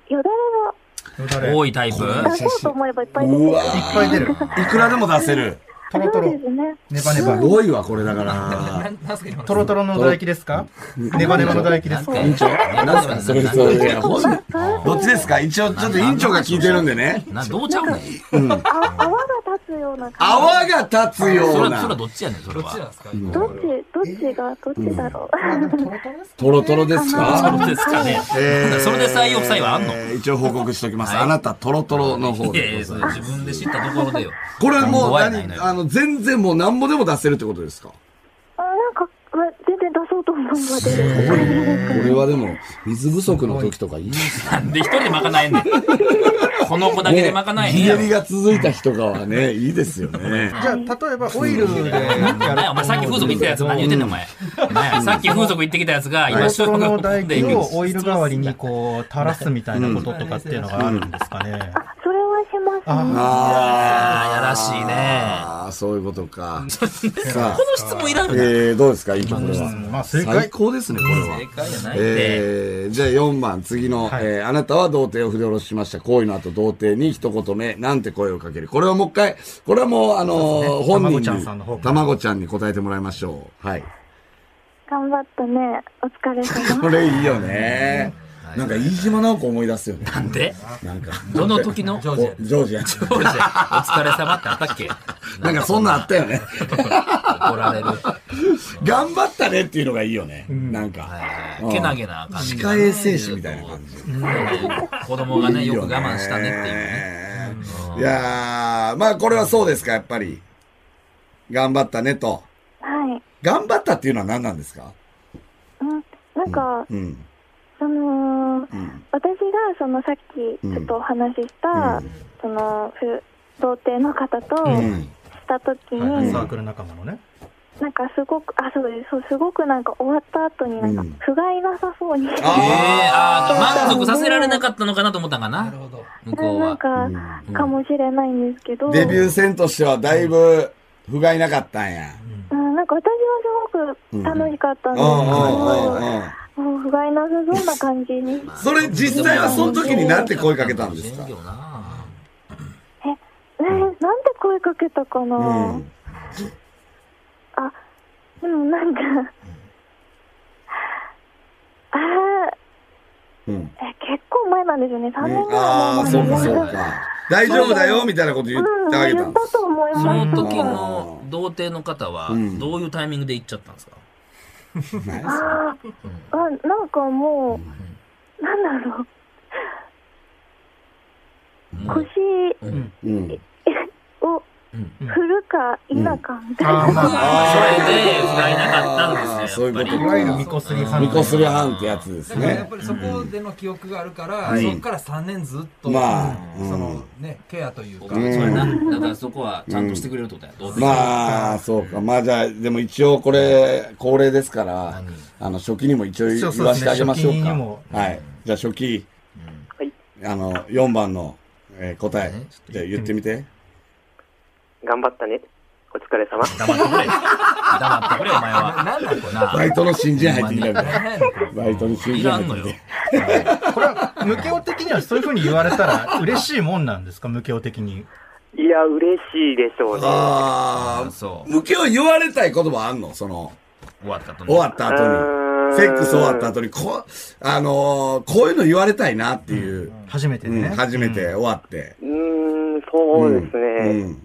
[SPEAKER 8] よだ
[SPEAKER 5] 多いタイプ
[SPEAKER 8] れが出そうと思えばいっぱい出て
[SPEAKER 3] う
[SPEAKER 8] くる
[SPEAKER 3] わ
[SPEAKER 4] いっぱい出る。
[SPEAKER 3] いくらでも出せる。
[SPEAKER 4] トロト
[SPEAKER 8] そう
[SPEAKER 4] ロ
[SPEAKER 8] で。すね
[SPEAKER 4] ネバネ
[SPEAKER 3] す
[SPEAKER 4] バ。
[SPEAKER 3] ごいわ、これだから。
[SPEAKER 6] なんすか今の
[SPEAKER 4] トロトロの唾液ですかネバネバの唾液ですか
[SPEAKER 3] 院長、何すかそれ、それいやほんどっちですか一応、ちょっと院長が聞いてるんでね。
[SPEAKER 5] などうちゃうねん。
[SPEAKER 8] あ泡が立つような感
[SPEAKER 3] 泡が立つ
[SPEAKER 5] そ
[SPEAKER 3] よう
[SPEAKER 5] れは、それは
[SPEAKER 3] な。
[SPEAKER 5] どっちやねん、それ
[SPEAKER 6] どっちなん
[SPEAKER 5] は
[SPEAKER 6] で。すか、
[SPEAKER 8] じどっちどっちがどっちだろう、
[SPEAKER 3] トロトロです
[SPEAKER 5] そ
[SPEAKER 3] か
[SPEAKER 5] うですかね。
[SPEAKER 3] えー
[SPEAKER 5] それで採用夫妻はあんの
[SPEAKER 3] えー一応報告しておきます。
[SPEAKER 5] はい
[SPEAKER 3] あなた、トロトロの方
[SPEAKER 5] いやい
[SPEAKER 3] で
[SPEAKER 5] や、
[SPEAKER 3] ご
[SPEAKER 5] そ
[SPEAKER 3] ざい
[SPEAKER 5] れ
[SPEAKER 3] ます。
[SPEAKER 5] 自分で知ったところでよ。
[SPEAKER 3] これもう
[SPEAKER 5] 怖いな
[SPEAKER 3] 何、
[SPEAKER 5] いない
[SPEAKER 3] あの、全然もう何ぼでも出せるってことですかこ
[SPEAKER 8] あなんか、うん全然出そうと思うまで。
[SPEAKER 3] れはでも、水不足の時とかいいです
[SPEAKER 5] なんで一人で賄えんねん。この子だけで賄 えへん
[SPEAKER 3] 日
[SPEAKER 5] や
[SPEAKER 3] 照
[SPEAKER 5] ろ
[SPEAKER 3] り。が続いた日とかはね、いいですよね。
[SPEAKER 4] じゃあ、例えばオイルで
[SPEAKER 5] なんやお前さっき風俗行ってたやつ何言ってんねんお前。なんやさっき風俗行ってきたやつが今
[SPEAKER 4] その唾液
[SPEAKER 5] る
[SPEAKER 4] をオイル代わりにこう垂らすみたいなこととかっていうのがあるんですかね。
[SPEAKER 8] それはしますね。
[SPEAKER 3] あ
[SPEAKER 5] あーやらしいね。
[SPEAKER 3] あー、そういうこと か。さあ、
[SPEAKER 5] この質問いらんよな。
[SPEAKER 3] えー、どうですか、いいとこれは。
[SPEAKER 4] まあ正
[SPEAKER 3] 最
[SPEAKER 4] 解。
[SPEAKER 3] 高ですね、これは。
[SPEAKER 5] 正解じゃないって。
[SPEAKER 3] えー、じゃあ4番、次の、
[SPEAKER 4] はい
[SPEAKER 3] えーあなたは童貞を振り下ろしました。行為の後、童貞に一言目、なんて声をかける。これはもう一回、これはもう、あのー
[SPEAKER 4] そうですね
[SPEAKER 3] 本
[SPEAKER 4] たまごち
[SPEAKER 3] 人
[SPEAKER 4] ゃん
[SPEAKER 3] に
[SPEAKER 4] さんの方、から
[SPEAKER 3] たまごちゃんに答えてもらいましょう。はい。
[SPEAKER 8] 頑張ったね。お疲れ様。
[SPEAKER 3] これいいよね。なんか、飯島直子思い出すよね。
[SPEAKER 5] なんで
[SPEAKER 3] なんか、
[SPEAKER 5] どの時のジョージ
[SPEAKER 3] おジョージや
[SPEAKER 5] お疲れ様ってあったっけ
[SPEAKER 3] なんか、そんなんあったよね。
[SPEAKER 5] 怒られる。
[SPEAKER 3] 頑張ったねっていうのがいいよね。なんか、うん
[SPEAKER 5] けなげな感じ。
[SPEAKER 3] 歯科衛生士みたいな感じ。
[SPEAKER 5] 子供がね、
[SPEAKER 3] いい
[SPEAKER 5] よく
[SPEAKER 3] よ
[SPEAKER 5] 我慢したねっていうね。
[SPEAKER 3] いやー、まあこれはそうですか、やっぱり。頑張ったねと。
[SPEAKER 8] はい。
[SPEAKER 3] 頑張ったっていうのは何なんですか
[SPEAKER 8] うん。なんか、
[SPEAKER 3] うん。
[SPEAKER 8] その、
[SPEAKER 3] うん。
[SPEAKER 8] 私が、その、さっき、ちょっとお話しした、
[SPEAKER 3] うん
[SPEAKER 8] その、ふ童貞の方と、
[SPEAKER 3] うん。
[SPEAKER 8] した時に、
[SPEAKER 4] はいサークル仲間のね。
[SPEAKER 8] なんかすごく、あ、そうです。そう、すごくなんか終わった後に、なんか
[SPEAKER 3] うん、
[SPEAKER 8] 不甲斐なさそうに。
[SPEAKER 5] えー
[SPEAKER 3] あ
[SPEAKER 5] あー満足させられなかったのかなと思ったんかな
[SPEAKER 6] なるほど。
[SPEAKER 5] 向こう
[SPEAKER 8] なん
[SPEAKER 5] は。
[SPEAKER 8] か、かもしれないんですけど、
[SPEAKER 3] デビュー戦としてはだいぶ、不甲斐なかったんや。
[SPEAKER 8] うん、なんか私はすごく楽しかったん
[SPEAKER 3] う
[SPEAKER 8] ですけど、
[SPEAKER 3] んうんうんうん。
[SPEAKER 8] もう不甲斐なさそうな感じに。
[SPEAKER 3] それ実際はその時になんて声かけたんですか
[SPEAKER 5] よな
[SPEAKER 8] えーなんで声かけたかな、
[SPEAKER 3] うん。
[SPEAKER 8] あ、でもなんか、ああ、
[SPEAKER 3] うん。
[SPEAKER 8] え結構前なんですよね。3年ぐ
[SPEAKER 3] あ
[SPEAKER 8] ら
[SPEAKER 3] あ、
[SPEAKER 8] い
[SPEAKER 3] そう
[SPEAKER 8] 前な
[SPEAKER 3] か
[SPEAKER 8] んで
[SPEAKER 3] そうか。大丈夫だよみたいなこと言ってあげた
[SPEAKER 8] う
[SPEAKER 3] ん
[SPEAKER 8] ん、言っ
[SPEAKER 3] で
[SPEAKER 8] た
[SPEAKER 3] す
[SPEAKER 8] と思い
[SPEAKER 5] そ
[SPEAKER 8] ます。
[SPEAKER 5] の時の童貞の方は
[SPEAKER 3] うん、
[SPEAKER 5] どういうタイミングで行っちゃったんですか、
[SPEAKER 8] ああ、なんかもう、なんだろう、
[SPEAKER 5] もう
[SPEAKER 8] 腰
[SPEAKER 3] うん。
[SPEAKER 8] を振るか否かみたいな。
[SPEAKER 4] あまあ、
[SPEAKER 5] それで不甲斐なかったんです
[SPEAKER 3] あ
[SPEAKER 5] ね。やっぱり
[SPEAKER 3] ーそういうこと
[SPEAKER 4] いわゆるミコスリ
[SPEAKER 3] みこすり
[SPEAKER 4] り
[SPEAKER 3] はんってやつです
[SPEAKER 6] だからや
[SPEAKER 3] ね
[SPEAKER 6] っ。ぱりそこでの記憶があるから、
[SPEAKER 3] うん
[SPEAKER 6] そこから3年ずっと、
[SPEAKER 3] まあ
[SPEAKER 6] うん
[SPEAKER 3] うん
[SPEAKER 6] そのね、ケアというか、
[SPEAKER 5] そうやな。だからそこはちゃんとしてくれるってことや。童貞
[SPEAKER 3] まあ、そうか。まあじゃあ、でも一応これ、恒例ですから、あの、初期にも一応言
[SPEAKER 4] そうそう
[SPEAKER 3] わせてあげましょう
[SPEAKER 4] 初期に
[SPEAKER 3] か
[SPEAKER 4] も。
[SPEAKER 3] はい。じゃあ初期、
[SPEAKER 7] はい
[SPEAKER 3] あの、4番の、えー答え、じゃあ言ってみて。
[SPEAKER 7] 頑張ったね。お疲れ様。
[SPEAKER 5] 黙ってくれ。黙ってくれ、お前は。
[SPEAKER 6] なんだこれ
[SPEAKER 5] なあ
[SPEAKER 3] バイトの新人入ってきたんだ
[SPEAKER 6] 何やねんこ れ
[SPEAKER 3] バイトの新
[SPEAKER 5] い
[SPEAKER 3] 人
[SPEAKER 5] ら
[SPEAKER 3] 入
[SPEAKER 5] んの
[SPEAKER 3] って
[SPEAKER 5] よ
[SPEAKER 3] き。
[SPEAKER 4] これは、無形的にはそういうふうに言われたら嬉しいもんなんですか無形的に。
[SPEAKER 7] いや、嬉しいでしょうね。
[SPEAKER 3] ああ、
[SPEAKER 5] そう。
[SPEAKER 3] 向けを言われたい言葉あんのその、
[SPEAKER 5] 終わったとね
[SPEAKER 3] 終わった後
[SPEAKER 7] うー
[SPEAKER 3] に。
[SPEAKER 7] ん
[SPEAKER 3] セックス終わった後に、こう、あのーこういうの言われたいなっていう、
[SPEAKER 4] 初めて
[SPEAKER 3] うん
[SPEAKER 4] ね。
[SPEAKER 3] 初めて終わって。
[SPEAKER 7] うーん、そうです
[SPEAKER 3] う
[SPEAKER 7] ね。
[SPEAKER 3] ん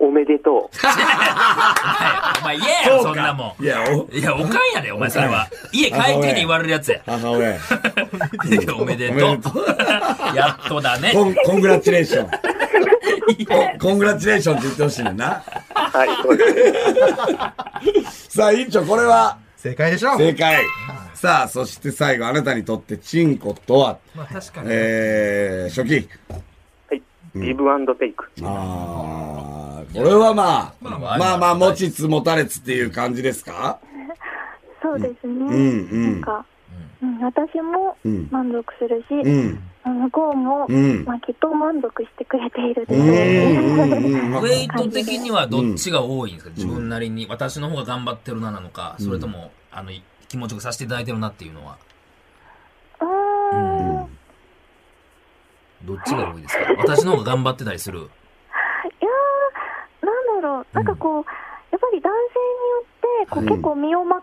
[SPEAKER 7] おめでとう。
[SPEAKER 5] お前、嫌や、そんなもん。
[SPEAKER 3] いや、お
[SPEAKER 5] いや、おかんやで、お前、それは。家帰ってきて言われるやつや。
[SPEAKER 3] 母 親。
[SPEAKER 5] おめで
[SPEAKER 3] お
[SPEAKER 5] と
[SPEAKER 3] めでと
[SPEAKER 5] う。 やっとだね。
[SPEAKER 3] コン、コングラチュレーション。コンコングラチュレーションって言ってほしいねんな。
[SPEAKER 7] はい、そうです。
[SPEAKER 3] さあ、委員長、これは
[SPEAKER 4] 正解でしょ
[SPEAKER 3] 正解。さあ、そして最後、あなたにとって、チンコとは、
[SPEAKER 6] まあ確かに。
[SPEAKER 3] えー、初期。
[SPEAKER 7] はい。ギブアンドテイク。
[SPEAKER 3] ああ、これはまあ、
[SPEAKER 5] まあ
[SPEAKER 3] まあまあ、持ちつ持たれつっていう感じですか
[SPEAKER 8] そうですね。
[SPEAKER 3] うんうん
[SPEAKER 8] なんか、うん、私も
[SPEAKER 3] うん
[SPEAKER 8] 満足するし、
[SPEAKER 3] うん。
[SPEAKER 8] 向こうも、
[SPEAKER 3] うん
[SPEAKER 8] まあ、きっと満足してくれているでし
[SPEAKER 3] う
[SPEAKER 8] ょうね。
[SPEAKER 3] ん、 うん、うん。
[SPEAKER 5] ウェイト的にはどっちが多いんですか、自分なりに、私の方が頑張ってるななのか、それとも、あの、気持ちよくさせていただいてるなっていうのは、
[SPEAKER 8] うーん。い
[SPEAKER 5] どっちが多いで すか私の方が頑張ってたりする。
[SPEAKER 8] やー、なんだろう。なんかこう、やっぱり男性によって、こう結構身を任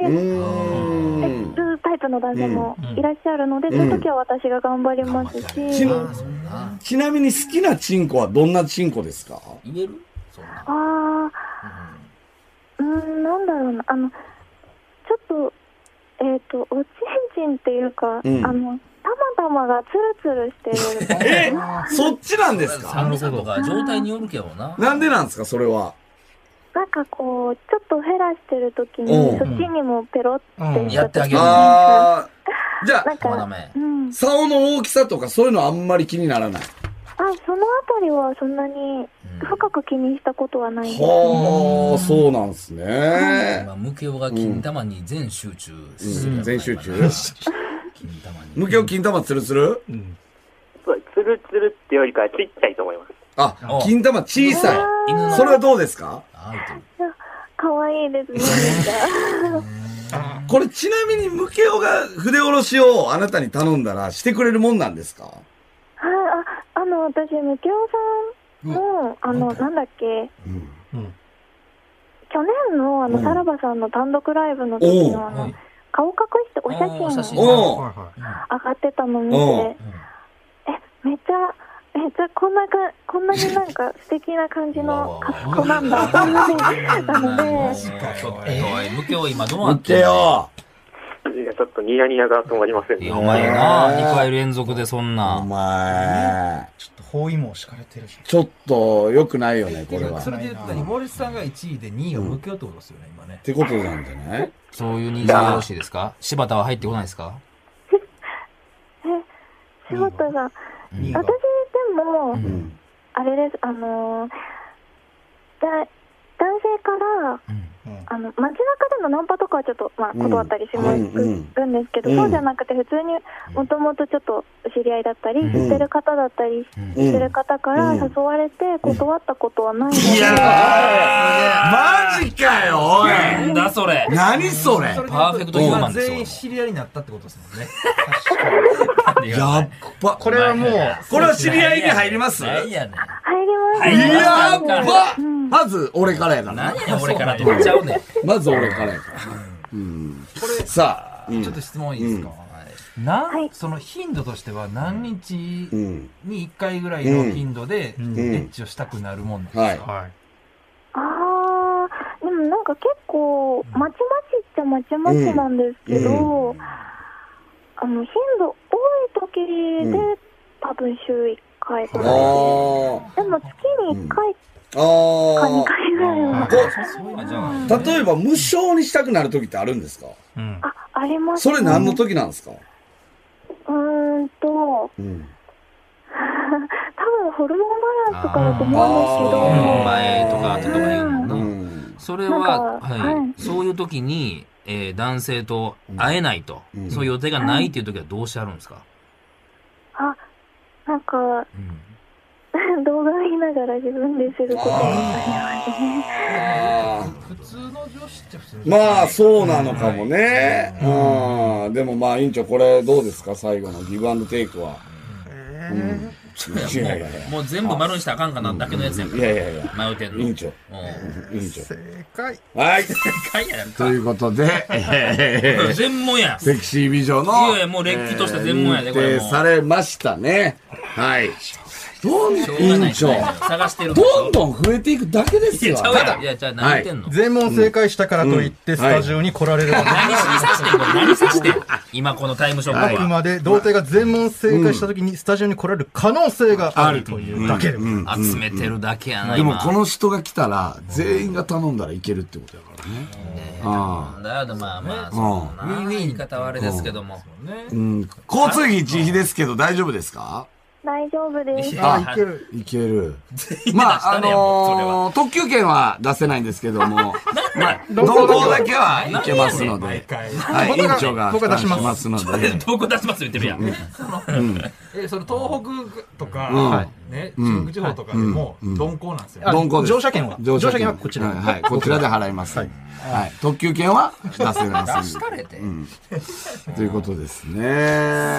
[SPEAKER 8] せ
[SPEAKER 3] う
[SPEAKER 8] る
[SPEAKER 3] ん。
[SPEAKER 8] タイプの男性もいらっしゃるので、
[SPEAKER 3] ん
[SPEAKER 8] そういう時は私が頑張りますし、
[SPEAKER 5] 頑張って
[SPEAKER 3] ち
[SPEAKER 5] や
[SPEAKER 3] な
[SPEAKER 5] るなそんな。
[SPEAKER 3] ちなみに好きなチンコはどんなチンコですか
[SPEAKER 5] 言えるそんな。
[SPEAKER 8] あー、うーん、なんだろうな。あの、ちょっと、えっ、と、おちんちんっていうか、
[SPEAKER 3] うん
[SPEAKER 8] あの、たまたまがツルツルしてる。
[SPEAKER 3] えそっちなんですか
[SPEAKER 5] 寒さとか状態によるけどな。
[SPEAKER 3] なんでなんですかそれは。
[SPEAKER 8] なんかこう、ちょっと減らしてる時
[SPEAKER 3] う
[SPEAKER 8] に、
[SPEAKER 3] ん
[SPEAKER 8] そっちにもペロって
[SPEAKER 4] うん
[SPEAKER 8] しちゃった時に、
[SPEAKER 5] やって
[SPEAKER 8] な
[SPEAKER 3] ああ、じゃあ、
[SPEAKER 8] ん
[SPEAKER 5] まだ
[SPEAKER 8] か、
[SPEAKER 5] め
[SPEAKER 8] う。ん。あ、
[SPEAKER 3] 竿の大きさとかそういうのあんまり気にならない。
[SPEAKER 8] そのあたりはそんなに深く気にしたことはないですね。
[SPEAKER 3] はあ、そうなんですね。
[SPEAKER 5] 今、ムケオが金玉に全集中するやん
[SPEAKER 3] 全集中
[SPEAKER 5] 今金玉に。
[SPEAKER 3] 無形金玉ツルツル
[SPEAKER 7] そうつるつるってよりかはちっちゃいと思います。
[SPEAKER 3] あ、金玉小さい。
[SPEAKER 5] 犬の。
[SPEAKER 3] それはどうですか
[SPEAKER 5] あ入ってる
[SPEAKER 8] 可愛いですね、なんか。
[SPEAKER 3] これちなみにムケオが筆下ろしをあなたに頼んだらしてくれるもんなんですか
[SPEAKER 8] はい、 あ、あの、私、むけおさんの、あの、なんだっけ、
[SPEAKER 4] うん
[SPEAKER 8] 去年の、あの、さらばさんの単独ライブの時の、あの、顔隠してお
[SPEAKER 5] おー
[SPEAKER 8] 写
[SPEAKER 5] 写
[SPEAKER 8] 真
[SPEAKER 5] 真
[SPEAKER 3] おう
[SPEAKER 4] はいはい
[SPEAKER 8] 上がってたの見て、
[SPEAKER 3] うん
[SPEAKER 8] え、めっちゃ、めっちゃこんなか、こんなになんか素敵な感じの格好なんだ、っていうなので、
[SPEAKER 5] ちょっと、おい、ムケオ今どう
[SPEAKER 3] ム
[SPEAKER 5] なってん
[SPEAKER 3] ケ
[SPEAKER 5] の
[SPEAKER 3] オ
[SPEAKER 7] いや、ちょっとニヤニヤが止まりません
[SPEAKER 5] い
[SPEAKER 7] ね
[SPEAKER 5] や。お前な、2回連続でそん
[SPEAKER 3] お
[SPEAKER 5] な。
[SPEAKER 3] 前、
[SPEAKER 4] ちょっと包囲網敷かれてるし。
[SPEAKER 3] ちょっと良くないよね、これは。
[SPEAKER 6] そ
[SPEAKER 3] っ
[SPEAKER 6] れで言ったら、森さんが1位で2位が向けようってことですよね、今ね。
[SPEAKER 3] てことなんじゃない
[SPEAKER 5] そういう認識がよろしいですか柴田は入ってこないですか
[SPEAKER 8] 仕事が、
[SPEAKER 6] 2位
[SPEAKER 8] 私
[SPEAKER 6] が
[SPEAKER 8] で。も、あれです、あのーだ、男性から、あの街中でのナンパとかはちょっと、まあ、
[SPEAKER 3] ん
[SPEAKER 8] 断ったりします、
[SPEAKER 3] うんうん
[SPEAKER 8] るんですけど、
[SPEAKER 3] うん
[SPEAKER 8] そうじゃなくて普通にもともとちょっとお知り合いだったり、知ってる方だったりしてる方から誘われて断ったことはないので、
[SPEAKER 3] マジかよ、おい
[SPEAKER 5] なんだそれ
[SPEAKER 3] 何それ
[SPEAKER 5] パーフェクトヒューマンですよ
[SPEAKER 6] 全員知り合いになったってことです もんね。
[SPEAKER 3] やっぱ、こ
[SPEAKER 4] これはもう、
[SPEAKER 3] これは知り合いに入りますい
[SPEAKER 5] 何やねん。
[SPEAKER 8] 入りましたね
[SPEAKER 3] やっ
[SPEAKER 5] 入り
[SPEAKER 3] ばまず俺からやからな
[SPEAKER 5] 何やねん、俺からって言っちゃうねん。
[SPEAKER 3] まず俺からやからな。うん。さあ、うん
[SPEAKER 6] ちょっと質問いいですか、
[SPEAKER 8] は
[SPEAKER 6] ないその頻度としては何日
[SPEAKER 3] うん。
[SPEAKER 6] に1回ぐらいの頻度でエッチをしたくなるもんなんですか、
[SPEAKER 3] はい。
[SPEAKER 4] はい。
[SPEAKER 8] あーでもなんか結構まちまちっちゃまちまちなんですけど、あの頻度多い時で、多分週1回と
[SPEAKER 3] あ
[SPEAKER 8] かで
[SPEAKER 3] ー。
[SPEAKER 8] でも月に1回か2
[SPEAKER 3] あ
[SPEAKER 8] 回ぐらいは、
[SPEAKER 3] あ。例えば、無償にしたくなる時ってあるんですか
[SPEAKER 4] うん。
[SPEAKER 8] ああります
[SPEAKER 3] それ何の時なんですか
[SPEAKER 8] うーんと、
[SPEAKER 3] うん。
[SPEAKER 8] 多分ホルモンバランスとかだと思うん
[SPEAKER 5] お
[SPEAKER 8] で
[SPEAKER 5] 前とか後とか言う
[SPEAKER 3] う
[SPEAKER 5] のな。
[SPEAKER 3] ん。
[SPEAKER 5] それは、
[SPEAKER 8] なんかは
[SPEAKER 5] はいい。そういう時に、えー男性と会えないと、そういう予定がないっていう時はどうしてあるんですか
[SPEAKER 8] すけど、あなんか、
[SPEAKER 5] ん
[SPEAKER 8] 動画を見ながら自分ですることもありますね。
[SPEAKER 3] ああ。
[SPEAKER 6] 普通の女子って普通の女子
[SPEAKER 3] まあ、そうなのかもね。うん。でもまあ、委員長、これどうですか最後のギブアンドテイクは。うん、いやいやいや。
[SPEAKER 5] もう全部丸にしたらあかんかなだけのやつやん
[SPEAKER 3] いやいやいや。
[SPEAKER 5] 迷うてんの。
[SPEAKER 3] 委員長、
[SPEAKER 5] うん。
[SPEAKER 3] 委員長。
[SPEAKER 4] 正解。
[SPEAKER 3] はい。
[SPEAKER 5] 一回やんか
[SPEAKER 3] ということで、えー
[SPEAKER 5] 全問やん。
[SPEAKER 3] セクシー美女の。
[SPEAKER 5] いやいやもうれっきとした全問やで
[SPEAKER 3] えー
[SPEAKER 5] これもう
[SPEAKER 3] 認定されましたね。はい。どん、委
[SPEAKER 5] しょうがない
[SPEAKER 3] 員長。
[SPEAKER 5] 探してる
[SPEAKER 3] どん
[SPEAKER 5] ん
[SPEAKER 3] どん増えていくだけです
[SPEAKER 5] いや、
[SPEAKER 3] よ。
[SPEAKER 5] ちゃうやろ。いや、じゃあ何言ってんの
[SPEAKER 4] 全問正解したからといっ
[SPEAKER 3] うん
[SPEAKER 4] て、スタジオに来られるわけ
[SPEAKER 5] 何しにさしてんの何さしてん の今このタイムショッ
[SPEAKER 4] あ
[SPEAKER 5] ク
[SPEAKER 4] く
[SPEAKER 5] は。
[SPEAKER 4] まで童貞が全問正解したときにスタジオに来られる可能性があるというだけでも
[SPEAKER 5] 集めてるだけやな、
[SPEAKER 3] で
[SPEAKER 5] 今。
[SPEAKER 3] もこの人が来たら、全員が頼んだらいけるってことやからね。ああ。
[SPEAKER 5] だよまあまあ、そうな。ウィンウィン言い方はあれですけども。
[SPEAKER 3] うん。交通費自費ですけど大丈夫ですか
[SPEAKER 8] 大丈夫です。
[SPEAKER 5] あ
[SPEAKER 4] いける。
[SPEAKER 3] いける。
[SPEAKER 5] 員
[SPEAKER 3] ま
[SPEAKER 5] 出し
[SPEAKER 3] あ、あ
[SPEAKER 5] たねもうそれは
[SPEAKER 3] のー特急券は出せないんですけども、まあ、同行だけはいけますので、はい、委員長が負
[SPEAKER 4] 僕
[SPEAKER 3] 担
[SPEAKER 4] は出
[SPEAKER 3] し
[SPEAKER 4] します
[SPEAKER 3] ますので、
[SPEAKER 5] 投稿出します言ってるやん。
[SPEAKER 6] え、その東北と
[SPEAKER 3] ん
[SPEAKER 6] か、ね、中国地方とかでも、鈍行なんですよ。
[SPEAKER 3] 鈍行です。
[SPEAKER 4] 乗車券は乗車券はこちら
[SPEAKER 3] はい、はいこちらで払います。はい。特急券は出せません。
[SPEAKER 5] 疲れて。
[SPEAKER 3] ということですね。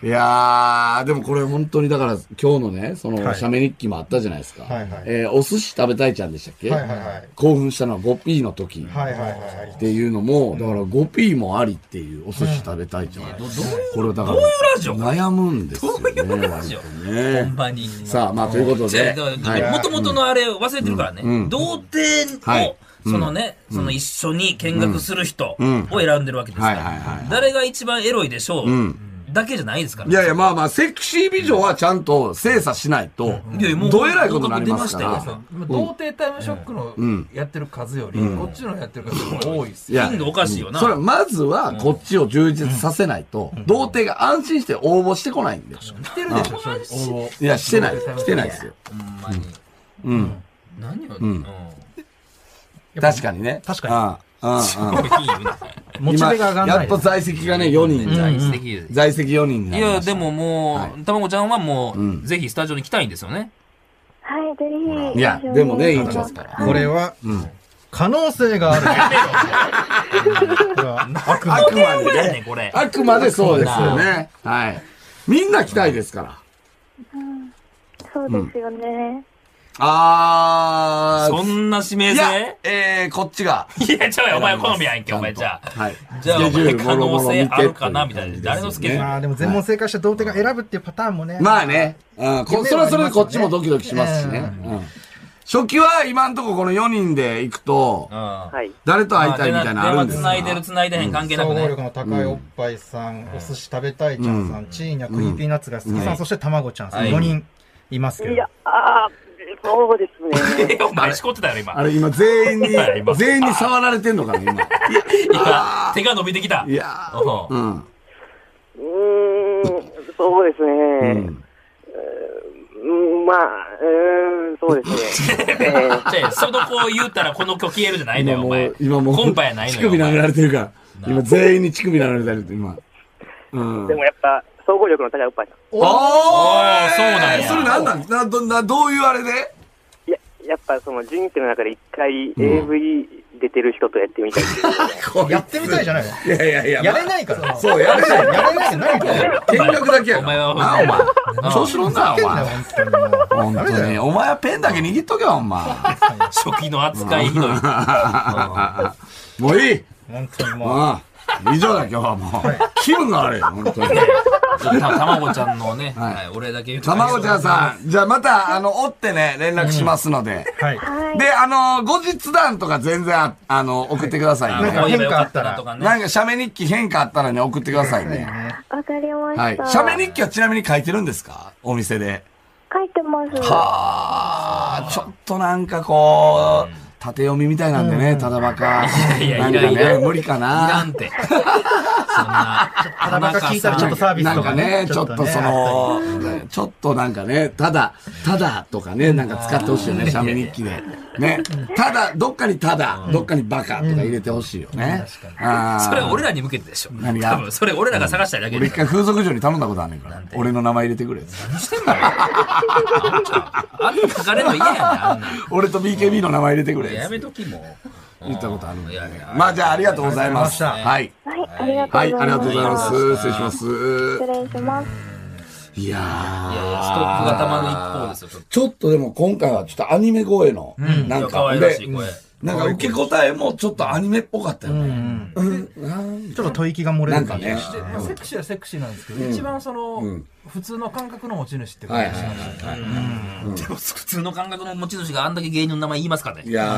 [SPEAKER 3] いやー、でもこれ本当にだから今日のね、その、
[SPEAKER 4] はい
[SPEAKER 3] 写メ日記もあったじゃないですか。
[SPEAKER 4] はいはい
[SPEAKER 3] えーお寿司食べたいちゃんでしたっけ、
[SPEAKER 4] はいはいはい
[SPEAKER 3] 興奮したのは 5P の時。
[SPEAKER 4] はいはいはい
[SPEAKER 3] っ。ていうのも、だから 5P もありっていうお寿司食べたいじゃないですか。これだから、
[SPEAKER 5] どういうラジオ
[SPEAKER 3] 悩むんですよね。
[SPEAKER 5] どういうラジオ
[SPEAKER 3] 割とね
[SPEAKER 5] ほんまに。
[SPEAKER 3] さあ、まあということで、はい
[SPEAKER 5] もともとのあれ忘れてるからね、童
[SPEAKER 3] は
[SPEAKER 5] 貞
[SPEAKER 3] い
[SPEAKER 5] を、そのね、その一緒に見学する人を選んでるわけですか
[SPEAKER 3] うんはいはいはいは
[SPEAKER 5] ら
[SPEAKER 3] い、
[SPEAKER 5] 誰が一番エロいでしょうだけじゃないですから。
[SPEAKER 3] いやいや、まあまあ、セクシー美女はちゃんと精査しないと、
[SPEAKER 5] いやいやもう
[SPEAKER 3] どえらいことになりますか
[SPEAKER 5] 報告出ま
[SPEAKER 3] ら
[SPEAKER 5] した。よ
[SPEAKER 6] 今童貞タイムショックのやってる数より、こっちのやってる数の方が多いっす
[SPEAKER 3] い
[SPEAKER 6] よ。
[SPEAKER 3] や
[SPEAKER 5] 頻度おかしいよな
[SPEAKER 3] それはまずはこっちを充実させないと、童貞が安心して応募してこないんで。
[SPEAKER 6] 来てるでしょ、正直応募
[SPEAKER 3] いや、してない。来てないですよ。
[SPEAKER 5] ほんまに。
[SPEAKER 3] うん。
[SPEAKER 5] 何を、 うん。
[SPEAKER 3] 確かにね。
[SPEAKER 4] 確か
[SPEAKER 3] に。うんうんうん。
[SPEAKER 4] モチベが上がら
[SPEAKER 3] 今
[SPEAKER 4] な
[SPEAKER 3] や
[SPEAKER 4] い
[SPEAKER 3] っと
[SPEAKER 4] です。
[SPEAKER 3] 在籍がね、4人じゃ
[SPEAKER 5] 大
[SPEAKER 3] ん。
[SPEAKER 5] 素敵です
[SPEAKER 3] 在籍4人にないりま
[SPEAKER 5] や、
[SPEAKER 3] した
[SPEAKER 5] でももう、たまごちゃんはも
[SPEAKER 3] うん
[SPEAKER 5] う、ぜひスタジオに来たいんですよね。
[SPEAKER 8] はい、ぜひ。
[SPEAKER 3] いや、でもね、委員長。
[SPEAKER 4] これは
[SPEAKER 3] ん
[SPEAKER 4] 可能性がある。これは
[SPEAKER 3] あくま
[SPEAKER 5] こ
[SPEAKER 3] で
[SPEAKER 5] れね
[SPEAKER 3] ね、。
[SPEAKER 5] これ。
[SPEAKER 3] あくまでそうですよね。はい。みんな来たいですから。
[SPEAKER 8] そうですよね。
[SPEAKER 3] あ
[SPEAKER 5] そ
[SPEAKER 3] ー。
[SPEAKER 5] んな指名
[SPEAKER 3] い
[SPEAKER 5] 制
[SPEAKER 3] や、えー、こっちが。
[SPEAKER 5] いや、ちゃうよ、お前好みやんけ、
[SPEAKER 3] ちゃん
[SPEAKER 5] お
[SPEAKER 3] と
[SPEAKER 5] 前じゃあ。
[SPEAKER 3] はい。
[SPEAKER 5] じゃあ、お前可能性あるかな、
[SPEAKER 3] スケ
[SPEAKER 5] み
[SPEAKER 3] ジュールもろもろ見てってう感じです
[SPEAKER 5] たいな。
[SPEAKER 3] ね
[SPEAKER 5] 誰のスケジュー
[SPEAKER 4] まあでも全問正解した童貞が選ぶっていうパターンもね。
[SPEAKER 3] まあね。うん。こ
[SPEAKER 4] 夢
[SPEAKER 3] それ
[SPEAKER 4] は
[SPEAKER 3] は
[SPEAKER 4] ありますよね
[SPEAKER 3] それでこっちもドキドキしますしね。うん。初期は今んとここの4人で行くと
[SPEAKER 5] ル、うん。
[SPEAKER 7] はい。
[SPEAKER 3] 誰と会いたいみたいなのあるんです
[SPEAKER 5] 電
[SPEAKER 3] か
[SPEAKER 5] 話繋いでる、繋いでへん、関係な
[SPEAKER 4] 総
[SPEAKER 5] く
[SPEAKER 4] 合
[SPEAKER 5] ね
[SPEAKER 4] 力。の高いおっぱいさん、お寿司食べたいちゃんさん、チーニャ、クリーピーナッツが好きさん、そしてたまごちゃんさん、
[SPEAKER 5] はい
[SPEAKER 4] 4人いますけ
[SPEAKER 7] い
[SPEAKER 4] ど。
[SPEAKER 7] や、ああ、そうで すね。
[SPEAKER 5] え、お前、しこってたよ、
[SPEAKER 3] あ
[SPEAKER 5] 今。
[SPEAKER 3] れ今全員に
[SPEAKER 5] はい今、
[SPEAKER 3] 全員に触られてんのかな、今。
[SPEAKER 5] 今、手が伸びてきた
[SPEAKER 3] い。やー。
[SPEAKER 5] おう
[SPEAKER 3] うん。
[SPEAKER 7] うーん、そうですね。うん、まあ、うーん、そうですね。えー
[SPEAKER 5] じゃあ、その子を言うたら、この子消えるじゃないの
[SPEAKER 3] 今
[SPEAKER 5] よ、お
[SPEAKER 3] も
[SPEAKER 5] 前
[SPEAKER 3] う、。今もう、
[SPEAKER 5] コンパやない
[SPEAKER 3] 乳
[SPEAKER 5] の
[SPEAKER 3] 首
[SPEAKER 5] よ。お前
[SPEAKER 3] 舐められてるから。今全員に乳首舐められてる、今。うん。
[SPEAKER 7] でもやっぱ、総合力の高いおっぱいさん。
[SPEAKER 3] おー
[SPEAKER 5] ーそうなんや
[SPEAKER 3] それなんなんな、ど、な、どういうあれで
[SPEAKER 7] いや、やっぱその人生の中で一回 AV 出てる人とやってみたいです。
[SPEAKER 4] やってみたいじゃないの
[SPEAKER 3] いやいやいや
[SPEAKER 4] やれないから。
[SPEAKER 3] そう、やれない。
[SPEAKER 4] やれないじゃないから。
[SPEAKER 3] 見学だけや
[SPEAKER 5] お前は
[SPEAKER 3] なあ、お前。調子乗んな、お前。本
[SPEAKER 4] ダメ
[SPEAKER 3] 当
[SPEAKER 4] だ
[SPEAKER 3] に。お前はペンだけ握っとけよ、お 前。
[SPEAKER 5] 初期の扱いひどい。
[SPEAKER 3] もういい。
[SPEAKER 4] 本当にもう。
[SPEAKER 3] ああ以上だ、今日はもう。気分が悪い、本当に。
[SPEAKER 5] ちょっとたまごちゃんのね、
[SPEAKER 3] はい
[SPEAKER 5] はい、俺だけ言うと
[SPEAKER 3] たまごちゃんさん、じゃあまた、あの、追ってね、連絡しますので。
[SPEAKER 4] はい。
[SPEAKER 8] はい。
[SPEAKER 3] で、あの、後日談とか全然あ、あの、送ってください
[SPEAKER 4] なん
[SPEAKER 3] ね。
[SPEAKER 4] か
[SPEAKER 5] こう言えばよかった
[SPEAKER 4] 変化あ
[SPEAKER 5] な
[SPEAKER 4] った
[SPEAKER 5] とからね。
[SPEAKER 3] なんか、写メ日記変化あったらね、送ってくださいね。
[SPEAKER 8] わかりま
[SPEAKER 3] は
[SPEAKER 8] し
[SPEAKER 3] い
[SPEAKER 8] た。。
[SPEAKER 3] 写メ日記はちなみに書いてるんですかお店で。
[SPEAKER 8] 書いてます。
[SPEAKER 3] はあ、ちょっとなんかこう、縦読みみたいなんでね、ただバカ。
[SPEAKER 5] いや
[SPEAKER 3] ないん
[SPEAKER 5] や
[SPEAKER 3] か
[SPEAKER 5] いや
[SPEAKER 3] ね、無理か
[SPEAKER 5] いら
[SPEAKER 3] な。
[SPEAKER 5] んて。そんな、
[SPEAKER 4] ただバカ聞いたらちょっとサービスとか
[SPEAKER 3] なんかね
[SPEAKER 4] ね。、
[SPEAKER 3] ちょっとその、ちょっとなんかね、ただ、ただとかね、なんか使ってほしいよね、写メ日記で。ね。ただ、どっかにただ、どっかにバカとか入れてほしいよね。あー
[SPEAKER 5] それは俺らに向けてでしょ。
[SPEAKER 3] 何が
[SPEAKER 5] 多分、それ俺らが探したいだけ
[SPEAKER 3] 俺
[SPEAKER 5] で
[SPEAKER 3] 一。回風俗嬢に頼んだことあんねんから。俺の名前入れてくれって。
[SPEAKER 5] あんな書かれるの嫌やな、あんな。
[SPEAKER 3] 俺と BKB の名前入れてくれって。
[SPEAKER 5] やめときもう。
[SPEAKER 3] 言ったことあるんで
[SPEAKER 2] いやいや
[SPEAKER 3] まあじゃあありがとうございます。
[SPEAKER 4] あり
[SPEAKER 3] はい。
[SPEAKER 8] はい、ありがとうございます。
[SPEAKER 3] はい、ありがとうございます。失礼します。
[SPEAKER 8] 失礼します。
[SPEAKER 3] いやー
[SPEAKER 5] いやいや、ストックがたまる一方ですよ、ちょっ
[SPEAKER 3] ちょっとでも今回はちょっとアニメ声の、
[SPEAKER 5] と。
[SPEAKER 3] なん
[SPEAKER 5] 可
[SPEAKER 3] か、
[SPEAKER 5] 愛らしい声。
[SPEAKER 3] なんか受け答えもちょっとアニメっぽかったよね。うん、なん
[SPEAKER 4] ちょっと吐息が漏れ
[SPEAKER 3] な
[SPEAKER 4] る
[SPEAKER 3] んかね。
[SPEAKER 6] でまあセクシーはセクシーなんですけど、一番その、普通の感覚の持ち主ってこと
[SPEAKER 3] はい
[SPEAKER 6] で
[SPEAKER 3] はい
[SPEAKER 6] すよね。
[SPEAKER 3] はいは
[SPEAKER 5] でも普通の感覚の持ち主があんだけ芸人の名前言いますから
[SPEAKER 3] い。
[SPEAKER 5] ね
[SPEAKER 3] い。や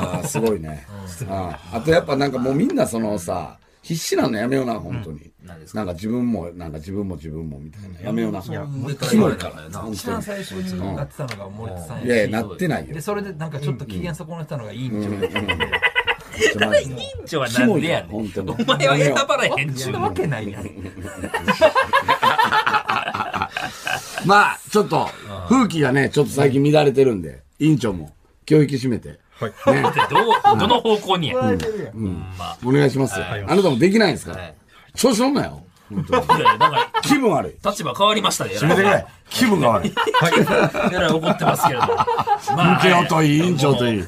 [SPEAKER 3] ー、すごいね。ああとやっぱなんかもうみんなそのさ、必死なのやめような、本当に。
[SPEAKER 5] 何ですか
[SPEAKER 3] なんか自分も、なんか自分も自分もみたいな。やめような。キモ
[SPEAKER 5] 上
[SPEAKER 3] い
[SPEAKER 5] から言われた
[SPEAKER 3] から
[SPEAKER 5] ら。な
[SPEAKER 3] 本
[SPEAKER 6] 一番
[SPEAKER 3] 当
[SPEAKER 6] 最初になってたのが森田さん
[SPEAKER 3] に。いや
[SPEAKER 6] や
[SPEAKER 3] いや、なってないよ
[SPEAKER 6] で、。それでなんかちょっと機嫌損ねたのが委員長で。
[SPEAKER 3] ただいい
[SPEAKER 5] 委員長はなんでやねん。お
[SPEAKER 3] 本当に。
[SPEAKER 5] 前は選ばれへんちゅ
[SPEAKER 6] そん
[SPEAKER 5] う
[SPEAKER 6] な。わけないやん。
[SPEAKER 3] まあ、ちょっと、風紀がね、ちょっと最近乱れてるんで、委員長も気を引き締めて、ね、
[SPEAKER 5] どう、どの方向にや。い
[SPEAKER 3] お願いしますよ。あなたもできないんですから。
[SPEAKER 5] はい
[SPEAKER 3] 調子乗んなよ。本当に
[SPEAKER 5] やいや、なんか、
[SPEAKER 3] 気分悪い。
[SPEAKER 5] 立場変わりましたね。
[SPEAKER 3] やめてくれ。気分が悪い。
[SPEAKER 5] えらい怒ってますけ れども。ま
[SPEAKER 3] 受けようといい、委員長といい。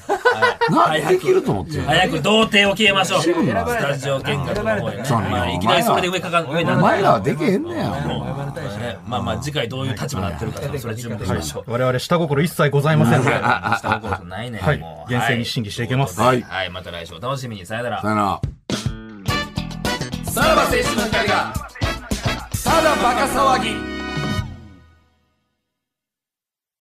[SPEAKER 3] なんでできると思ってる
[SPEAKER 5] 早く童貞を消えましょう。スタジオ見学の方へね。まあいきなりそれで上かか上にな
[SPEAKER 3] お
[SPEAKER 5] る
[SPEAKER 3] 前らはできへんねや。
[SPEAKER 5] ねまあまあ次回どういう立場になってるかとかそれ注目しましょう。
[SPEAKER 4] 我々下心一切ございませんので。
[SPEAKER 5] したことないね。
[SPEAKER 4] はい
[SPEAKER 5] もう
[SPEAKER 4] 厳正に審議していきます
[SPEAKER 5] はい。はい、また来週お楽しみに。さよなら
[SPEAKER 3] さ。よなら。
[SPEAKER 5] さらば青春の光が、ただバカ騒ぎ。